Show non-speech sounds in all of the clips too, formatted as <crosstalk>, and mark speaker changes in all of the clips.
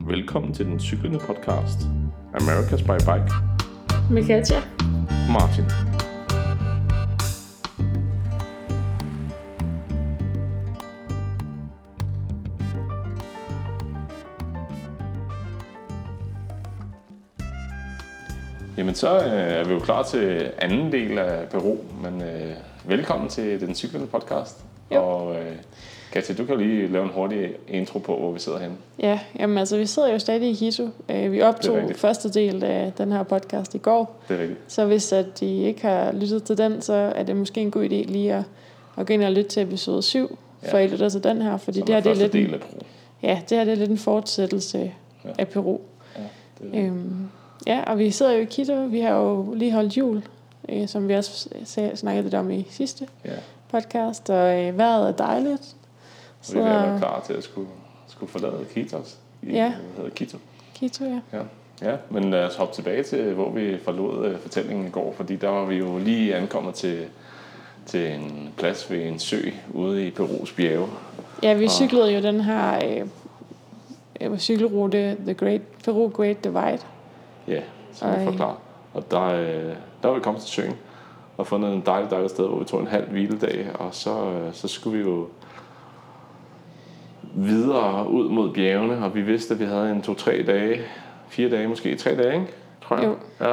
Speaker 1: Velkommen til den cyklende podcast. America's by Bike.
Speaker 2: Med Katja.
Speaker 1: Martin. Jamen så øh, er vi jo klar til anden del af Peru, men øh, velkommen til den cyklende podcast.
Speaker 2: Jo.
Speaker 1: Og øh, Katja, du kan jo lige lave en hurtig intro på, hvor vi sidder henne.
Speaker 2: Ja, jamen altså, vi sidder jo stadig i Hiso. Øh, Vi
Speaker 1: Det er
Speaker 2: optog
Speaker 1: rigtigt.
Speaker 2: første del af den her podcast i går,
Speaker 1: Det er rigtigt.
Speaker 2: så hvis at I ikke har lyttet til den, så er det måske en god idé lige at, at gå ind og lytte til episode 7,
Speaker 1: Ja.
Speaker 2: for I lytter til den her, fordi
Speaker 1: Som
Speaker 2: det her, det er
Speaker 1: første
Speaker 2: lidt,
Speaker 1: del
Speaker 2: en,
Speaker 1: af Peru.
Speaker 2: ja, det her det er lidt en fortsættelse
Speaker 1: Ja.
Speaker 2: ja. af Peru.
Speaker 1: Ja, det er
Speaker 2: Øhm, ja, og vi sidder jo i Quito. Vi har jo lige holdt jul, øh, som vi også sagde, snakkede lidt om i sidste
Speaker 1: ja.
Speaker 2: podcast, og øh, vejret er dejligt.
Speaker 1: Så vi er ved at være
Speaker 2: Så
Speaker 1: klar til at skulle, skulle forlade Kitos. I, Hvad
Speaker 2: Ja.
Speaker 1: hedder Quito?
Speaker 2: Quito, ja.
Speaker 1: Ja. ja, men lad os hoppe tilbage til, hvor vi forlod øh, fortællingen i går, fordi der var vi jo lige ankommet til, til en plads ved en sø ude i Perus bjerge.
Speaker 2: Ja, vi
Speaker 1: Og-
Speaker 2: cyklede jo den her øh, øh, cykelrute, The Great, Peru Great Divide.
Speaker 1: Ja, som jeg
Speaker 2: Ej.
Speaker 1: forklarer. Og der, øh, der var vi kommet til søen og fundet en dejlig, dejlig sted, hvor vi tog en halv hviledag, og så, øh, så skulle vi jo videre ud mod bjergene, og vi vidste, at vi havde en to-tre dage, fire dage måske, tre dage, ikke? tror jeg.
Speaker 2: Jo.
Speaker 1: Ja.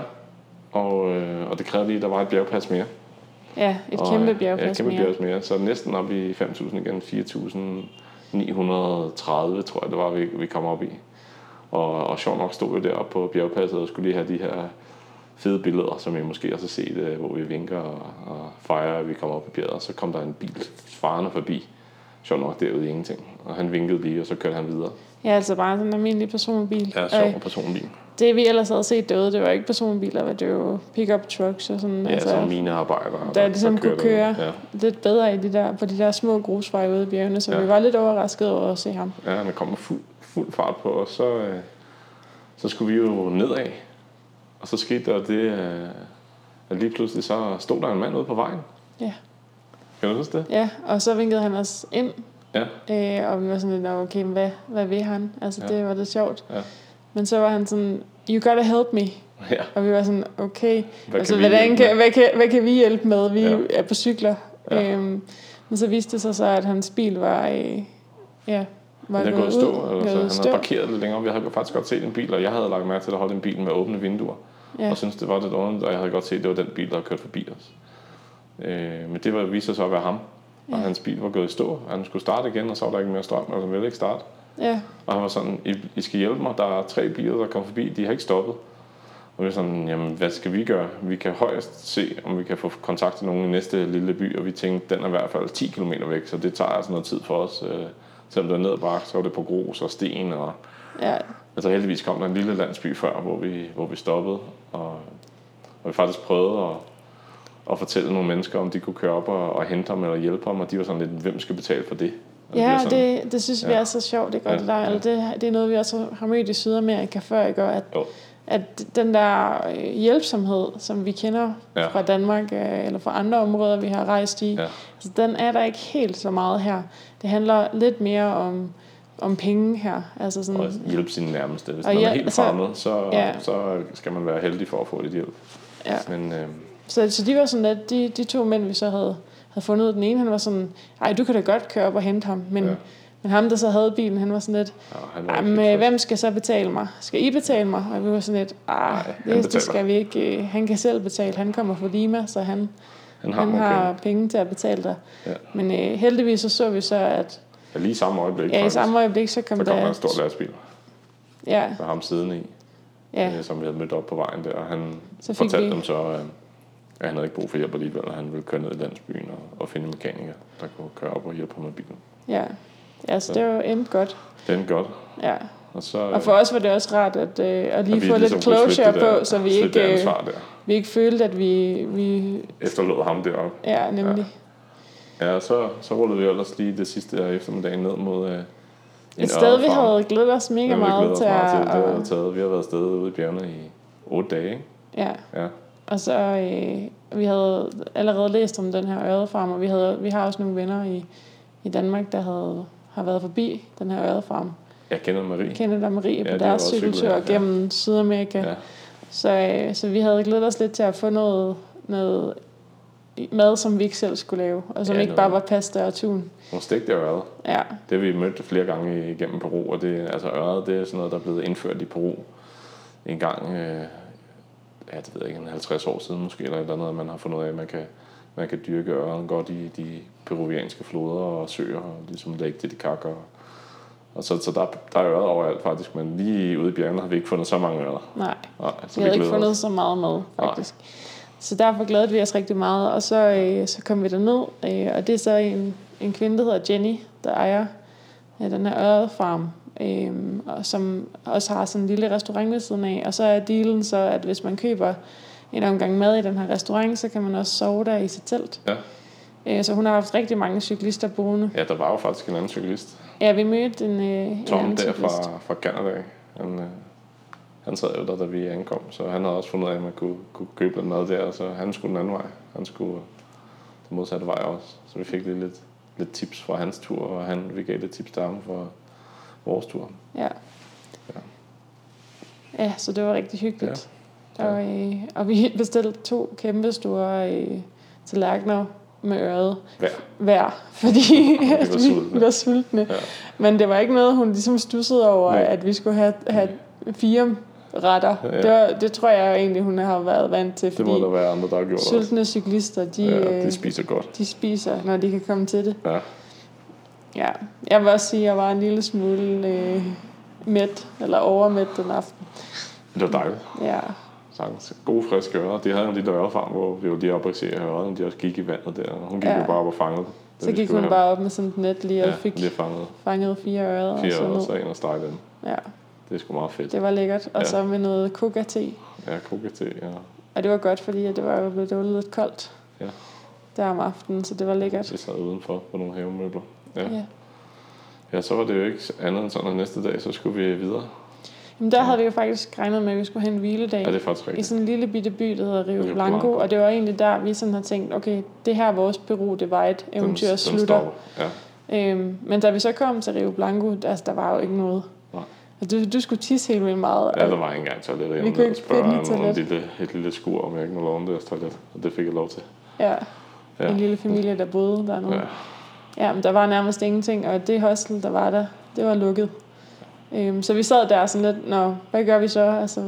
Speaker 1: Og, øh, og det krævede lige, at der var et bjergpas mere.
Speaker 2: Ja, et
Speaker 1: og,
Speaker 2: kæmpe
Speaker 1: øh, Ja, et
Speaker 2: bjergplads
Speaker 1: kæmpe
Speaker 2: mere.
Speaker 1: bjergpas mere. Så næsten op i 5.000 igen, 4.930 tror jeg, det var, vi, vi kom op i. Og, og sjovt nok stod vi deroppe på bjergpasset og skulle lige have de her fede billeder, som I måske også har set, øh, hvor vi vinker og, og fejrer, at vi kommer op i bjerget. Og så kom der en bil farende forbi. Sjovt nok derude i ingenting. Og han vinkede lige, og så kørte han videre.
Speaker 2: Ja, altså bare sådan en almindelig personbil.
Speaker 1: Ja,
Speaker 2: Og,
Speaker 1: sjov personbil.
Speaker 2: det vi ellers havde set derude, det var ikke personbiler, men det var pickup trucks og sådan.
Speaker 1: Ja, altså, sådan mine arbejdere.
Speaker 2: der ligesom kunne
Speaker 1: kører
Speaker 2: køre.
Speaker 1: derude.
Speaker 2: lidt bedre i de der, på de der små grusveje ude i bjergene, så
Speaker 1: Ja.
Speaker 2: ja. vi var lidt overrasket over at se ham.
Speaker 1: Ja, ja han kommer fuld, fuld fart på, og så, øh, så skulle vi jo nedad. Og så skete der det, øh, at lige pludselig så stod der en mand ude på vejen.
Speaker 2: Ja.
Speaker 1: Kan du huske det?
Speaker 2: Ja, og så vinkede han os ind,
Speaker 1: Ja.
Speaker 2: øh, og vi var sådan lidt, "Nå, okay, men hvad, hvad vil han? Altså,
Speaker 1: Ja.
Speaker 2: ja. det var lidt sjovt.
Speaker 1: Ja.
Speaker 2: Men så var han sådan, you gotta help me.
Speaker 1: ja.
Speaker 2: Og vi var sådan, okay,
Speaker 1: Hvad
Speaker 2: altså,
Speaker 1: vi
Speaker 2: hvordan
Speaker 1: hjælpe
Speaker 2: kan,
Speaker 1: med?
Speaker 2: hvad, kan, hvad kan vi hjælpe med? Vi
Speaker 1: Ja.
Speaker 2: ja. er på cykler.
Speaker 1: Ja.
Speaker 2: Ja. Øhm, men så viste det sig så, at hans bil var, øh, ja, var
Speaker 1: Den er gået i stå,
Speaker 2: gået
Speaker 1: eller så
Speaker 2: i
Speaker 1: han
Speaker 2: stå.
Speaker 1: havde parkeret lidt længere. Vi havde faktisk godt set en bil, og jeg havde lagt mærke til, at der holdt en bil med åbne vinduer.
Speaker 2: Ja.
Speaker 1: Og syntes, det var lidt underligt, og jeg havde godt set, at det var den bil, der havde kørt forbi os. Øh, men det var, viste sig så at være ham. Og
Speaker 2: Ja.
Speaker 1: hans bil var gået i stå, og han skulle starte igen, og så var der ikke mere strøm, og han ville ikke starte.
Speaker 2: ja.
Speaker 1: Og han var sådan, I, I skal hjælpe mig, der er tre biler, der kommer forbi, de har ikke stoppet. Og vi var sådan, jamen hvad skal vi gøre? Vi kan højst se, om vi kan få kontakt til nogen i næste lille by, og vi tænkte, den er i hvert fald 10 km væk, så det tager altså noget tid for os. Øh, selvom det var ned ad bakke, så var det på grus og sten. Og,
Speaker 2: ja.
Speaker 1: altså heldigvis kom der en lille landsby før, hvor vi, hvor vi stoppede, og, og vi faktisk prøvede at, at fortælle nogle mennesker, om de kunne køre op og, og hente ham eller hjælpe ham, og de var sådan lidt, hvem skal betale for det? Og vi
Speaker 2: Ja,
Speaker 1: var sådan,
Speaker 2: det, det synes vi
Speaker 1: Ja.
Speaker 2: er så sjovt, det gør
Speaker 1: Ja,
Speaker 2: det der.
Speaker 1: ja.
Speaker 2: Eller det, det er noget, vi også har mødt i Sydamerika før, ikke? Og at,
Speaker 1: Jo.
Speaker 2: at den der øh, hjælpsomhed, som vi kender
Speaker 1: Ja.
Speaker 2: fra Danmark øh, eller fra andre områder, vi har rejst i,
Speaker 1: Ja.
Speaker 2: altså, den er der ikke helt så meget her. Det handler lidt mere om, om penge her. Altså sådan,
Speaker 1: og hjælpe sine nærmeste. Hvis
Speaker 2: Og
Speaker 1: man er
Speaker 2: ja,
Speaker 1: helt
Speaker 2: så-
Speaker 1: fremmed, så,
Speaker 2: ja.
Speaker 1: så skal man være heldig for at få lidt hjælp.
Speaker 2: ja.
Speaker 1: Men øh,
Speaker 2: Så, så de var sådan lidt, de, de to mænd, vi så havde, havde fundet ud, den ene, han var sådan, ej, du kan da godt køre op og hente ham, men,
Speaker 1: Ja.
Speaker 2: ja. men ham, der så havde bilen, han var sådan lidt,
Speaker 1: ja, han var
Speaker 2: jamen,
Speaker 1: ikke
Speaker 2: øh,
Speaker 1: helt
Speaker 2: hvem skal så betale mig? Skal I betale mig? Og vi var sådan lidt, ah,
Speaker 1: Nej, han
Speaker 2: det,
Speaker 1: betaler."
Speaker 2: det skal vi ikke, øh, han kan selv betale, han kommer fra Lima, så han,
Speaker 1: frisk. Han har,
Speaker 2: han
Speaker 1: nogle
Speaker 2: har
Speaker 1: penge.
Speaker 2: penge til at betale dig.
Speaker 1: Ja.
Speaker 2: Men øh, heldigvis så så vi så, at
Speaker 1: Ja, lige i samme øjeblik,
Speaker 2: ja, i
Speaker 1: faktisk,
Speaker 2: samme øjeblik, så kom
Speaker 1: så kom der
Speaker 2: der...
Speaker 1: en stor lastbil
Speaker 2: ja,
Speaker 1: med ham siddende i,
Speaker 2: ja,
Speaker 1: øh, som vi havde mødt op på vejen der. Og han
Speaker 2: Så fik
Speaker 1: fortalte
Speaker 2: vi-
Speaker 1: dem så, øh, at han havde ikke brug for hjælp alligevel, og han ville køre ned i landsbyen og, og finde en mekaniker, der kunne køre op og hjælpe ham med bilen.
Speaker 2: ja. Ja, så
Speaker 1: Så-
Speaker 2: det var endte godt.
Speaker 1: Det endte godt.
Speaker 2: Ja.
Speaker 1: Og, så,
Speaker 2: Og for os var det også rart at, øh, at
Speaker 1: øh,
Speaker 2: lige
Speaker 1: at vi
Speaker 2: få
Speaker 1: ligesom
Speaker 2: lidt
Speaker 1: kunne slippe
Speaker 2: closure
Speaker 1: det der-
Speaker 2: på, så vi
Speaker 1: slippe
Speaker 2: ikke,
Speaker 1: det
Speaker 2: øh,
Speaker 1: ansvar der.
Speaker 2: vi ikke følte, at vi... vi
Speaker 1: Efterlod ham deroppe.
Speaker 2: ja, nemlig.
Speaker 1: Ja, og så, så rullede vi ellers lige det sidste af eftermiddagen ned mod øh, en
Speaker 2: Ja, Et sted, vi
Speaker 1: ørredfarm.
Speaker 2: havde glædet os
Speaker 1: Det
Speaker 2: mega
Speaker 1: havde vi glædet
Speaker 2: meget
Speaker 1: os
Speaker 2: til.
Speaker 1: meget til. Det havde
Speaker 2: at-
Speaker 1: taget. Vi har været afsted ude i bjergene i 8 dage, ikke?
Speaker 2: Ja,
Speaker 1: Ja.
Speaker 2: og så... Øh, vi havde allerede læst om den her ørdefarm, og vi, havde, vi har også nogle venner i, i Danmark, der havde, har været forbi den her ørdefarm.
Speaker 1: Jeg kender Marie.
Speaker 2: Kenneth og Marie
Speaker 1: Ja,
Speaker 2: ja,
Speaker 1: de
Speaker 2: på
Speaker 1: har
Speaker 2: deres
Speaker 1: også cyklet,
Speaker 2: cykeltur
Speaker 1: ja,
Speaker 2: ja,
Speaker 1: ja.
Speaker 2: ja. gennem Sydamerika.
Speaker 1: Ja.
Speaker 2: Så, øh, så vi havde glædet os lidt til at få noget, noget mad, som vi ikke selv skulle lave, og som
Speaker 1: Ja,
Speaker 2: ja, ikke
Speaker 1: noget-
Speaker 2: bare var pasta og tun.
Speaker 1: Hun stegte ørret.
Speaker 2: Ja,
Speaker 1: Det har vi mødt flere gange igennem Peru, og det, altså øret, det er sådan noget, der er blevet indført i Peru en gang, øh, ja, det ved jeg ikke, en 50 år siden måske, eller et eller andet, at man har fundet ud af, at man kan, man kan dyrke øren godt i de peruvianske floder og søer, og ligesom Lake Titicaca. Og, og så, så der, der er øret overalt faktisk, men lige ude i bjergene har vi ikke fundet så mange ører.
Speaker 2: nej.
Speaker 1: Nej, så
Speaker 2: vi havde ikke
Speaker 1: glæder os.
Speaker 2: fundet så meget mad, faktisk. Så derfor glædede vi os rigtig meget, og så, øh, så kom vi derned, øh, og det er så en, en kvinde, der hedder Jenny, der ejer øh, den her ørefarm, øh, og som også har sådan en lille restaurant ved siden af. Og så er dealen så, at hvis man køber en omgang mad i den her restaurant, så kan man også sove der i sit telt.
Speaker 1: Ja.
Speaker 2: Øh, så hun har haft rigtig mange cyklister boende.
Speaker 1: Ja, der var jo faktisk en anden cyklist,
Speaker 2: Ja, vi mødte en, øh, en
Speaker 1: Tom
Speaker 2: anden
Speaker 1: der
Speaker 2: cyklist.
Speaker 1: fra, fra Canada. Han, øh, han sad jo der, da vi ankom, så han havde også fundet ud af, at man kunne, kunne købe lidt mad der, og så han skulle den anden vej. Han skulle øh, den modsatte vej også, så vi fik lige lidt, lidt tips fra hans tur, og han, vi gav lidt tips til ham for vores tur.
Speaker 2: Ja.
Speaker 1: Ja.
Speaker 2: Ja, så det var rigtig hyggeligt. Ja. Og, øh, og vi <laughs> bestilte to kæmpe store øh, tallerkener med øret
Speaker 1: Hver.
Speaker 2: hver, <laughs> fordi
Speaker 1: var
Speaker 2: at
Speaker 1: sultne.
Speaker 2: vi var sultne.
Speaker 1: Ja.
Speaker 2: Men det var ikke noget, hun ligesom stussede over,
Speaker 1: Nej.
Speaker 2: at vi skulle have, have fire retter.
Speaker 1: Ja.
Speaker 2: Ja. Det, var, det tror jeg jo egentlig, hun har været vant til,
Speaker 1: Det
Speaker 2: fordi
Speaker 1: må der være andre, der har gjort også.
Speaker 2: sultne cyklister, de,
Speaker 1: Ja,
Speaker 2: ja,
Speaker 1: de spiser godt.
Speaker 2: de spiser, når de kan komme til det.
Speaker 1: Ja.
Speaker 2: Ja, jeg vil også sige, at jeg var en lille smule øh, mæt, eller overmæt den aften.
Speaker 1: Det var dejligt.
Speaker 2: Ja,
Speaker 1: Sagtens. Gode, friske ører. De havde en lille ørefarm, hvor vi jo lige op og se ørerne, de også gik i vandet der. Hun gik ja.
Speaker 2: Ja.
Speaker 1: jo bare op og fangede. dem, da
Speaker 2: så
Speaker 1: vi
Speaker 2: gik
Speaker 1: skulle
Speaker 2: hun
Speaker 1: have
Speaker 2: bare op med sådan et net lige, og
Speaker 1: dem.
Speaker 2: ja, fik
Speaker 1: Ja, lige fanget
Speaker 2: fanget fire ører og
Speaker 1: fire
Speaker 2: sådan
Speaker 1: ører, så
Speaker 2: noget.
Speaker 1: ind og steg dem.
Speaker 2: Ja,
Speaker 1: Det er sgu meget fedt.
Speaker 2: det var lækkert. Og
Speaker 1: Ja.
Speaker 2: så med noget coca-te.
Speaker 1: Ja, kokate, ja.
Speaker 2: Og det var godt, fordi at det var jo blevet det var lidt koldt
Speaker 1: Ja.
Speaker 2: der om aftenen, så det var lækkert.
Speaker 1: Vi sad udenfor på nogle havemøbler. Ja.
Speaker 2: Ja.
Speaker 1: ja, så var det jo ikke andet end sådan, at næste dag, så skulle vi videre.
Speaker 2: Jamen, der havde vi jo faktisk regnet med, at vi skulle have en hviledag.
Speaker 1: Ja, det er faktisk
Speaker 2: i
Speaker 1: rigtigt.
Speaker 2: sådan en lille bitte by, der hedder Rio
Speaker 1: Rio
Speaker 2: Blanco,
Speaker 1: Blanco.
Speaker 2: og det var egentlig der, vi sådan har tænkt, okay, det her er vores Peru Divide eventyr slutter.
Speaker 1: stopper. Ja,
Speaker 2: Øhm, men da vi så kom til Rio Blanco, altså, der var jo ikke noget.
Speaker 1: Nej.
Speaker 2: Og du, du skulle tisse helt vildt meget.
Speaker 1: ja,
Speaker 2: og-
Speaker 1: der var ikke engang toilet. Jeg
Speaker 2: Vi
Speaker 1: måtte
Speaker 2: kunne
Speaker 1: ned og
Speaker 2: ikke
Speaker 1: spørge
Speaker 2: finde et
Speaker 1: om et lille, et lille skur, om jeg ikke må låne deres toilet. Og det fik jeg lov til.
Speaker 2: ja,
Speaker 1: Ja.
Speaker 2: en lille familie, der boede der nu.
Speaker 1: Ja.
Speaker 2: Ja. ja, men der var nærmest ingenting, og det hostel, der var der, det var lukket. Øhm, så vi sad der sådan lidt, nå, hvad gør vi så? Altså,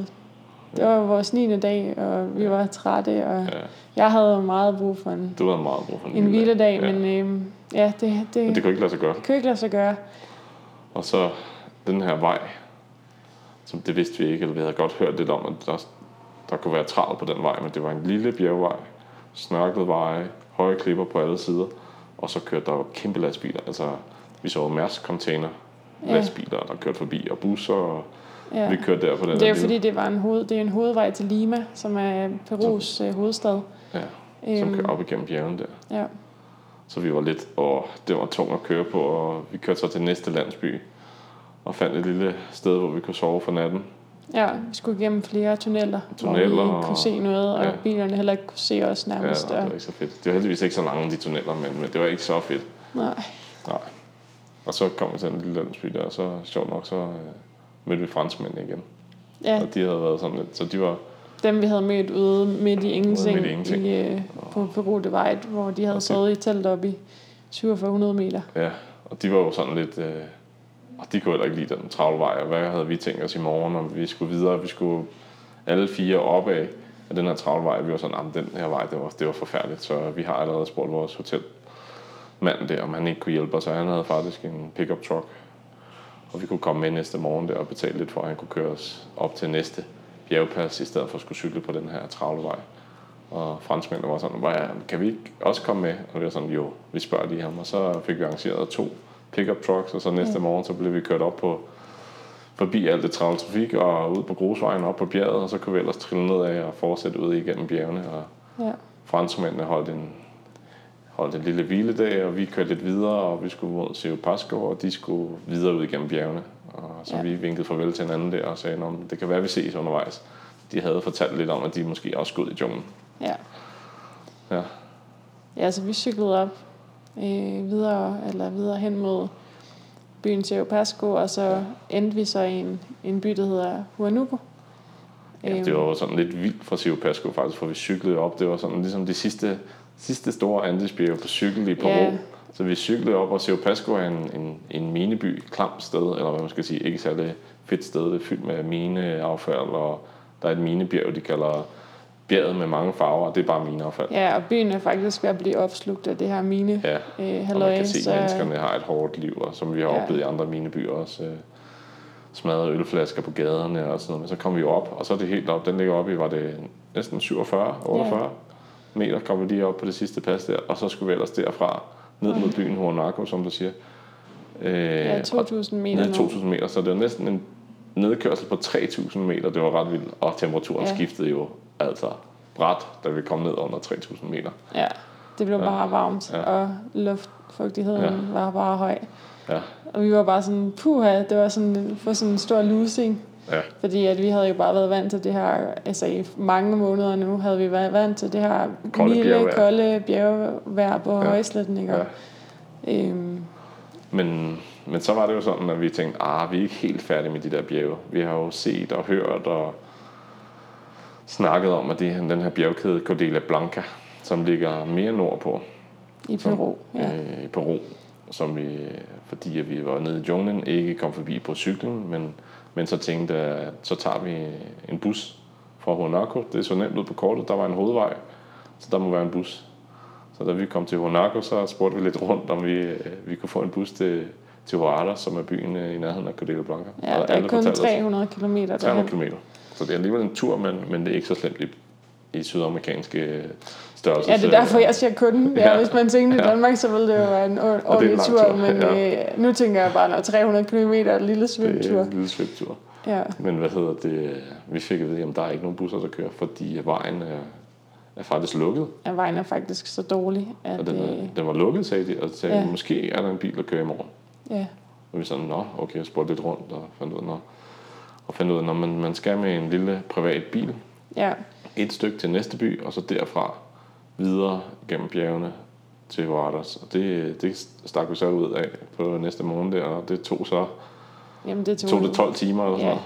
Speaker 2: det var vores 9. dag, og vi
Speaker 1: Ja.
Speaker 2: var trætte, og
Speaker 1: ja.
Speaker 2: jeg havde jo meget brug for en,
Speaker 1: Du havde meget brug for en,
Speaker 2: en hviledag,
Speaker 1: Mm, Ja.
Speaker 2: ja. men øhm, ja, det, det,
Speaker 1: Men det kunne ikke lade sig gøre.
Speaker 2: Det kunne ikke lade sig gøre.
Speaker 1: Og så den her vej, som det vidste vi ikke, eller vi havde godt hørt lidt om, at der, der kunne være travlt på den vej, men det var en lille bjergvej, snørklet veje, høje klipper på alle sider, og så kørte der jo kæmpe lastbiler. Altså, vi så jo Mærsk container
Speaker 2: Ja.
Speaker 1: lastbiler, der kørte forbi, og busser, og
Speaker 2: Ja.
Speaker 1: ja. vi kørte der på den
Speaker 2: Det er jo
Speaker 1: her
Speaker 2: fordi, det var en, hoved, det er en hovedvej til Lima, som er Perus øh, hovedstad.
Speaker 1: Ja, som
Speaker 2: Øhm,
Speaker 1: kører op igennem bjergen der.
Speaker 2: ja.
Speaker 1: Så vi var lidt, og det var tungt at køre på, og vi kørte så til næste landsby, og fandt et lille sted, hvor vi kunne sove for natten.
Speaker 2: ja, vi skulle igennem flere tunneller,
Speaker 1: Tunneller
Speaker 2: hvor vi
Speaker 1: og-
Speaker 2: ikke kunne se noget, og
Speaker 1: ja.
Speaker 2: ja. bilerne heller ikke kunne se os
Speaker 1: Ja,
Speaker 2: nærmest.
Speaker 1: nej,
Speaker 2: Ja,
Speaker 1: det var ikke så fedt. Det var heldigvis ikke så lange, de tunneller, men, men det var ikke så fedt.
Speaker 2: nej.
Speaker 1: Nej. Og så kom vi til en lille landsby der, og så sjovt nok, så øh, mødte vi franskmændene igen. Ja.
Speaker 2: ja,
Speaker 1: Og de havde været sådan lidt, så de var,
Speaker 2: dem vi havde mødt ude midt i ingenting,
Speaker 1: midt i ingenting.
Speaker 2: I, øh, på Peru de Vejt, hvor de havde
Speaker 1: Og det-
Speaker 2: sovet i et telt op i 4700 meter.
Speaker 1: ja, og de var jo sådan lidt, øh, og de kunne heller ikke lide den travle vej, og hvad havde vi tænkt os i morgen, og vi skulle videre, vi skulle alle fire opad af den her travle vej, vi var sådan, at den her vej, det var, det var forfærdeligt, så vi har allerede spurgt vores hotelmand der, om han ikke kunne hjælpe os, og han havde faktisk en pickup truck, og vi kunne komme med næste morgen der og betale lidt for, at han kunne køre os op til næste bjergpas, i stedet for at skulle cykle på den her travle vej. Og franskmændene var sådan, "Hvad, kan vi ikke også komme med? Og vi var sådan, jo, vi spørger lige ham. Og så fik vi arrangeret to pickup trucks, og så næste ja. morgen, så blev vi kørt op på forbi alt det travle trafik, og ud på grusvejen op på bjerget, og så kunne vi ellers trille nedad og fortsætte ud igennem bjergene. Og
Speaker 2: Ja.
Speaker 1: franskmændene holdt en, holdt en lille hviledag, og vi kørte lidt videre, og vi skulle mod Seo Pasco, og de skulle videre ud igennem bjergene. Og så ja.
Speaker 2: Ja.
Speaker 1: vi vinkede farvel til hinanden der og sagde, at det kan være, vi ses undervejs. De havde fortalt lidt om, at de måske også skulle ud i junglen.
Speaker 2: Ja.
Speaker 1: Ja.
Speaker 2: Ja, så vi cyklede op øh, videre, eller videre hen mod byen til Pasco, og så ja. endte vi så i en, en by, der hedder Huanuco. Øhm,
Speaker 1: Ja, det var jo sådan lidt vildt fra Sio Pasco faktisk, for vi cyklede op. Det var sådan ligesom de sidste, sidste store andelsbjerge på cykel i Peru.
Speaker 2: Ja.
Speaker 1: Ja. Så vi cyklede op, og Sio Pasco er en, en, en mineby, et klamt sted, eller hvad man skal sige, ikke særlig fedt sted. Det er fyldt med mineaffald, og der er et minebjerg, de kalder bjerget med mange farver, og det er bare mineaffald.
Speaker 2: ja, og byen er faktisk ved at blive opslugt af det her mine.
Speaker 1: Ja.
Speaker 2: Øh,
Speaker 1: Og man
Speaker 2: halløj,
Speaker 1: kan se,
Speaker 2: så,
Speaker 1: at menneskerne har et hårdt liv, og som vi har
Speaker 2: Ja.
Speaker 1: oplevet i andre minebyer også. Øh, smadret ølflasker på gaderne og sådan noget. Men så kom vi op, og så er det helt op. Den ligger oppe i, var det næsten 47, 48 ja. meter, kom vi lige op på det sidste pas der. Og så skulle vi ellers derfra ned mod byen Huanaco, som du siger. Øh,
Speaker 2: ja,
Speaker 1: ja,
Speaker 2: 2.000 meter
Speaker 1: ned
Speaker 2: nu.
Speaker 1: 2000 meter, så det var næsten en nedkørsel på 3000 meter. Det var ret vildt, og temperaturen
Speaker 2: Ja.
Speaker 1: ja. skiftede jo altså bræt, da vi kom ned under 3000 meter.
Speaker 2: Ja, det blev bare varmt,
Speaker 1: Ja.
Speaker 2: og luftfugtigheden
Speaker 1: Ja.
Speaker 2: var bare høj.
Speaker 1: Ja,
Speaker 2: Og vi var bare sådan, puha, det var sådan, for sådan en stor losing.
Speaker 1: ja.
Speaker 2: Fordi at vi havde jo bare været vant til det her, altså i mange måneder nu, havde vi været vant til det her
Speaker 1: Kolde
Speaker 2: milde,
Speaker 1: bjergvejr.
Speaker 2: kolde bjergvejr på ja. højsletten. Ikke?
Speaker 1: ja.
Speaker 2: Øhm,
Speaker 1: Men, men så var det jo sådan, at vi tænkte, ah, vi er ikke helt færdige med de der bjerge. Vi har jo set og hørt og snakket om, at det, den her bjergkæde Cordela Blanca, som ligger mere nordpå
Speaker 2: I Peru, ja.
Speaker 1: øh, i Peru, som vi, fordi at vi var nede i junglen, ikke kom forbi på cyklen, men, men så tænkte jeg, at så tager vi en bus fra Honaco. Det så nemt ud på kortet, der var en hovedvej, så der må være en bus. Så da vi kom til Honaco, så spurgte vi lidt rundt, om vi, øh, vi kunne få en bus til, til Huara, som er byen øh, i nærheden af Cordela Blanca.
Speaker 2: ja
Speaker 1: Og
Speaker 2: der er
Speaker 1: alle
Speaker 2: kun
Speaker 1: fortalte os-
Speaker 2: 300 km
Speaker 1: 300
Speaker 2: derhen.
Speaker 1: km. Så det er alligevel en tur, men, men det er ikke så slemt i, i sydamerikanske øh, størrelser.
Speaker 2: Ja, det er derfor, jeg siger kun. Ja,
Speaker 1: Ja.
Speaker 2: hvis man tænkte i
Speaker 1: Ja.
Speaker 2: Danmark, så ville det jo være en or- ordentlig
Speaker 1: lang
Speaker 2: tur,
Speaker 1: tur,
Speaker 2: men øh, nu tænker jeg bare, når 300 km er en lille
Speaker 1: det er
Speaker 2: svømmetur.
Speaker 1: en lille svømtur.
Speaker 2: Ja.
Speaker 1: Men hvad hedder det? Vi fik at vide, at der er ikke nogen busser, der kører, fordi at vejen er, er faktisk lukket.
Speaker 2: ja, vejen er faktisk så dårlig, at...
Speaker 1: Og den,
Speaker 2: Øh,
Speaker 1: er, den var lukket, sagde de. Og så sagde
Speaker 2: Ja.
Speaker 1: ja. måske er der en bil, der kører i morgen.
Speaker 2: ja.
Speaker 1: Og vi sådan, nå, okay, jeg spurgte lidt rundt og fandt ud af, nå. Og fandt ud af, når man, man skal med en lille privat bil,
Speaker 2: ja,
Speaker 1: et stykke til næste by, og så derfra videre gennem bjergene til Huardas. Og det, det stak vi så ud af på næste morgen der, og det tog så
Speaker 2: jamen det tog,
Speaker 1: tog det 12 timer eller sådan
Speaker 2: Ja.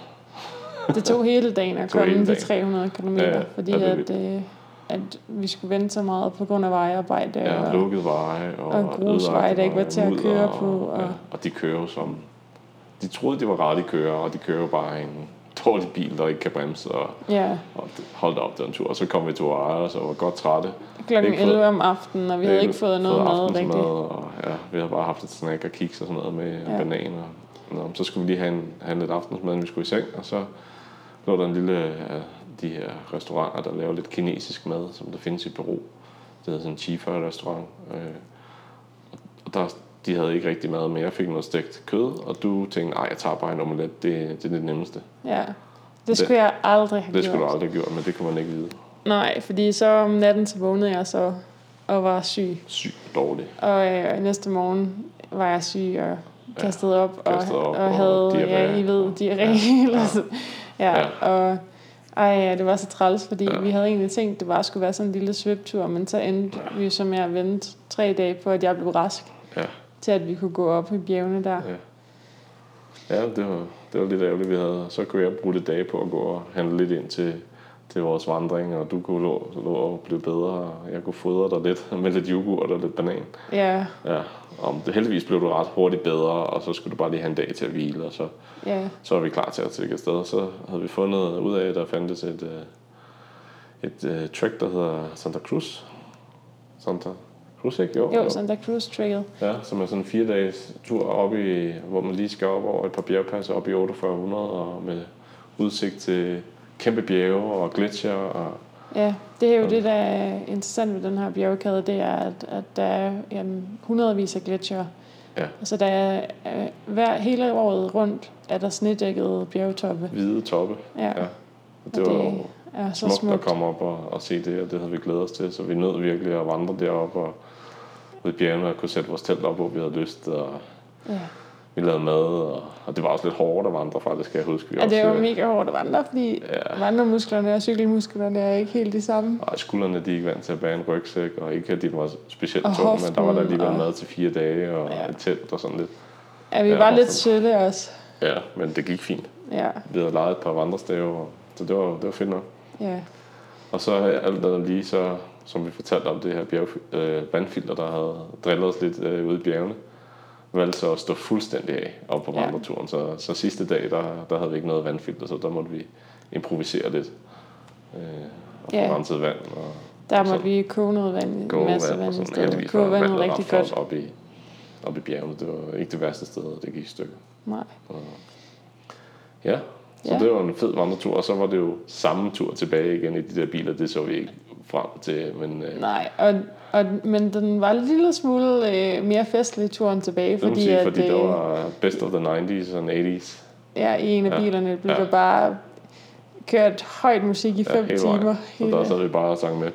Speaker 1: noget.
Speaker 2: det tog hele dagen at
Speaker 1: Tog
Speaker 2: komme
Speaker 1: hele
Speaker 2: de
Speaker 1: dagen.
Speaker 2: 300 km,
Speaker 1: Ja, ja,
Speaker 2: fordi
Speaker 1: ja, det er
Speaker 2: at, øh, at vi skulle vente så meget på grund af vejarbejde.
Speaker 1: Ja,
Speaker 2: og-
Speaker 1: lukkede veje og,
Speaker 2: og en grusvej, der ikke var til at
Speaker 1: mudder
Speaker 2: køre på, og-
Speaker 1: Og, ja, og de kører jo som... De troede, de var rette kører, og de kører jo bare en dårlig bil, der ikke kan bremse. Og,
Speaker 2: ja,
Speaker 1: og det- hold da op, den tur. Og så kom vi til Oaxaca, så var godt trætte.
Speaker 2: klokken
Speaker 1: Ikke fået-
Speaker 2: 11 om aftenen, og vi havde ikke fået noget mad
Speaker 1: Øh, aftensmad,
Speaker 2: rigtigt.
Speaker 1: Og, ja, vi havde bare haft et snack og kiks og sådan noget med
Speaker 2: Ja.
Speaker 1: ja. bananer. Nå, men så skulle vi lige have, en, have lidt aftensmad, når vi skulle i seng, og så lå der en lille af de her restauranter, der laver lidt kinesisk mad, som der findes i Peru. Det hedder sådan en Chifa-restaurant. Øh, og der, de havde ikke rigtig mad, men jeg fik noget stegt kød, og du tænkte, nej, jeg tager bare en omelet, det, det er det nemmeste.
Speaker 2: Ja. Det skulle jeg aldrig have
Speaker 1: Det skulle
Speaker 2: gjort.
Speaker 1: du aldrig have gjort, men det kunne man ikke vide.
Speaker 2: Nej, fordi så om natten så vågnede jeg så og var syg.
Speaker 1: Sygt dårligt.
Speaker 2: Og øh, næste morgen var jeg syg og kastet op, og,
Speaker 1: kastet op,
Speaker 2: og
Speaker 1: og
Speaker 2: havde, ja,
Speaker 1: diarré.
Speaker 2: I ved, <laughs>
Speaker 1: Ja,
Speaker 2: diarré. Ja, ja. ja. og ej, ja, det var så træls, fordi ja.
Speaker 1: Ja.
Speaker 2: vi havde egentlig tænkt, det bare skulle være sådan en lille svøbtur, men så endte ja. vi jo som jeg vente tre dage på, at jeg blev rask,
Speaker 1: Ja.
Speaker 2: til at vi kunne gå op i bjergene der.
Speaker 1: Ja. Ja, det var, det var lidt ærgerligt, vi havde. Så kunne jeg bruge lidt dage på at gå og handle lidt ind til, til vores vandring, og du kunne lå, lå og blive bedre, og jeg kunne fodre dig lidt med lidt yoghurt og lidt banan.
Speaker 2: Ja,
Speaker 1: Ja, og det, heldigvis blev du ret hurtigt bedre, og så skulle du bare lige have en dag til at hvile, og så,
Speaker 2: ja,
Speaker 1: så var vi klar til at tage afsted. Så havde vi fundet ud af, at der fandtes et, øh, et, et track, der hedder Santa Cruz. Santa Cruz, ikke?
Speaker 2: jo, Santa Cruz Trail.
Speaker 1: Ja, som er sådan en fire dages tur op i, hvor man lige skal op over et par bjergpas op i 4800 og med udsigt til kæmpe bjerge og gletsjer og
Speaker 2: Ja, det er jo det, der er interessant ved den her bjergkæde, det er, at, at der er jamen, hundredvis af gletsjere.
Speaker 1: Ja.
Speaker 2: Så der er øh, hver, hele året rundt, er der snedækkede bjergtoppe.
Speaker 1: hvide toppe.
Speaker 2: Ja,
Speaker 1: Ja.
Speaker 2: ja.
Speaker 1: Og
Speaker 2: Og
Speaker 1: det var
Speaker 2: det
Speaker 1: jo
Speaker 2: er så
Speaker 1: smukt,
Speaker 2: smukt.
Speaker 1: at komme op og, og se det, og det havde vi glædet os til, så vi nød virkelig at vandre derop og ud i bjergene og kunne sætte vores telt op, hvor vi havde lyst, og
Speaker 2: Ja.
Speaker 1: vi lavede mad, og, og det var også lidt hårdt at vandre faktisk, kan jeg huske. Vi
Speaker 2: Ja, det var
Speaker 1: øh,
Speaker 2: mega hårdt at vandre, fordi ja.
Speaker 1: Ja.
Speaker 2: vandremusklerne og cykelmusklerne er ikke helt de samme.
Speaker 1: Og skuldrene, de er ikke vant til at bære en rygsæk, og ikke at de var specielt
Speaker 2: Og
Speaker 1: tunge, men der var der
Speaker 2: hoften,
Speaker 1: alligevel
Speaker 2: og-
Speaker 1: mad til fire dage, og
Speaker 2: Ja.
Speaker 1: ja. et telt og sådan lidt.
Speaker 2: Ja, vi
Speaker 1: Ja,
Speaker 2: var lidt
Speaker 1: hvorfor?
Speaker 2: sølle også.
Speaker 1: Ja, men det gik fint.
Speaker 2: Ja,
Speaker 1: Vi havde lejet et par vandrestave, og, så det var, det var fedt nok.
Speaker 2: ja.
Speaker 1: Og så alt andet lige, så, som vi fortalte om det her bjerg, øh, vandfilter, der havde drillet os lidt øh, ude i bjergene, valgte så at stå fuldstændig af op på
Speaker 2: Ja.
Speaker 1: vandreturen. Så, så sidste dag, der, der havde vi ikke noget vandfilter, så der måtte vi improvisere lidt. Øh, og få
Speaker 2: Ja.
Speaker 1: renset vand og
Speaker 2: Der
Speaker 1: Og
Speaker 2: måtte
Speaker 1: så
Speaker 2: vi koge noget vand,
Speaker 1: koge
Speaker 2: en masse
Speaker 1: vand. Og
Speaker 2: vand i
Speaker 1: sådan
Speaker 2: stedet.
Speaker 1: heldigvis var
Speaker 2: Koge vandet
Speaker 1: vandet
Speaker 2: rigtig
Speaker 1: ret
Speaker 2: godt.
Speaker 1: flot op i, op i bjergene. Det var ikke det værste sted, og det gik i stykker.
Speaker 2: Nej.
Speaker 1: Ja, så
Speaker 2: Ja.
Speaker 1: ja. det var en fed vandretur, og så var det jo samme tur tilbage igen i de der biler, det så vi ikke frem til, men øh,
Speaker 2: Nej, og, og, men den var en lille smule øh, mere festlig turen tilbage,
Speaker 1: Det må man
Speaker 2: fordi,
Speaker 1: sige,
Speaker 2: at,
Speaker 1: fordi
Speaker 2: øh,
Speaker 1: der var best of the 90s og 80s.
Speaker 2: ja, i en af
Speaker 1: Ja.
Speaker 2: bilerne blev
Speaker 1: Ja.
Speaker 2: der bare kørt højt musik i fem
Speaker 1: hele vejen.
Speaker 2: timer.
Speaker 1: Så der sad vi bare og sang med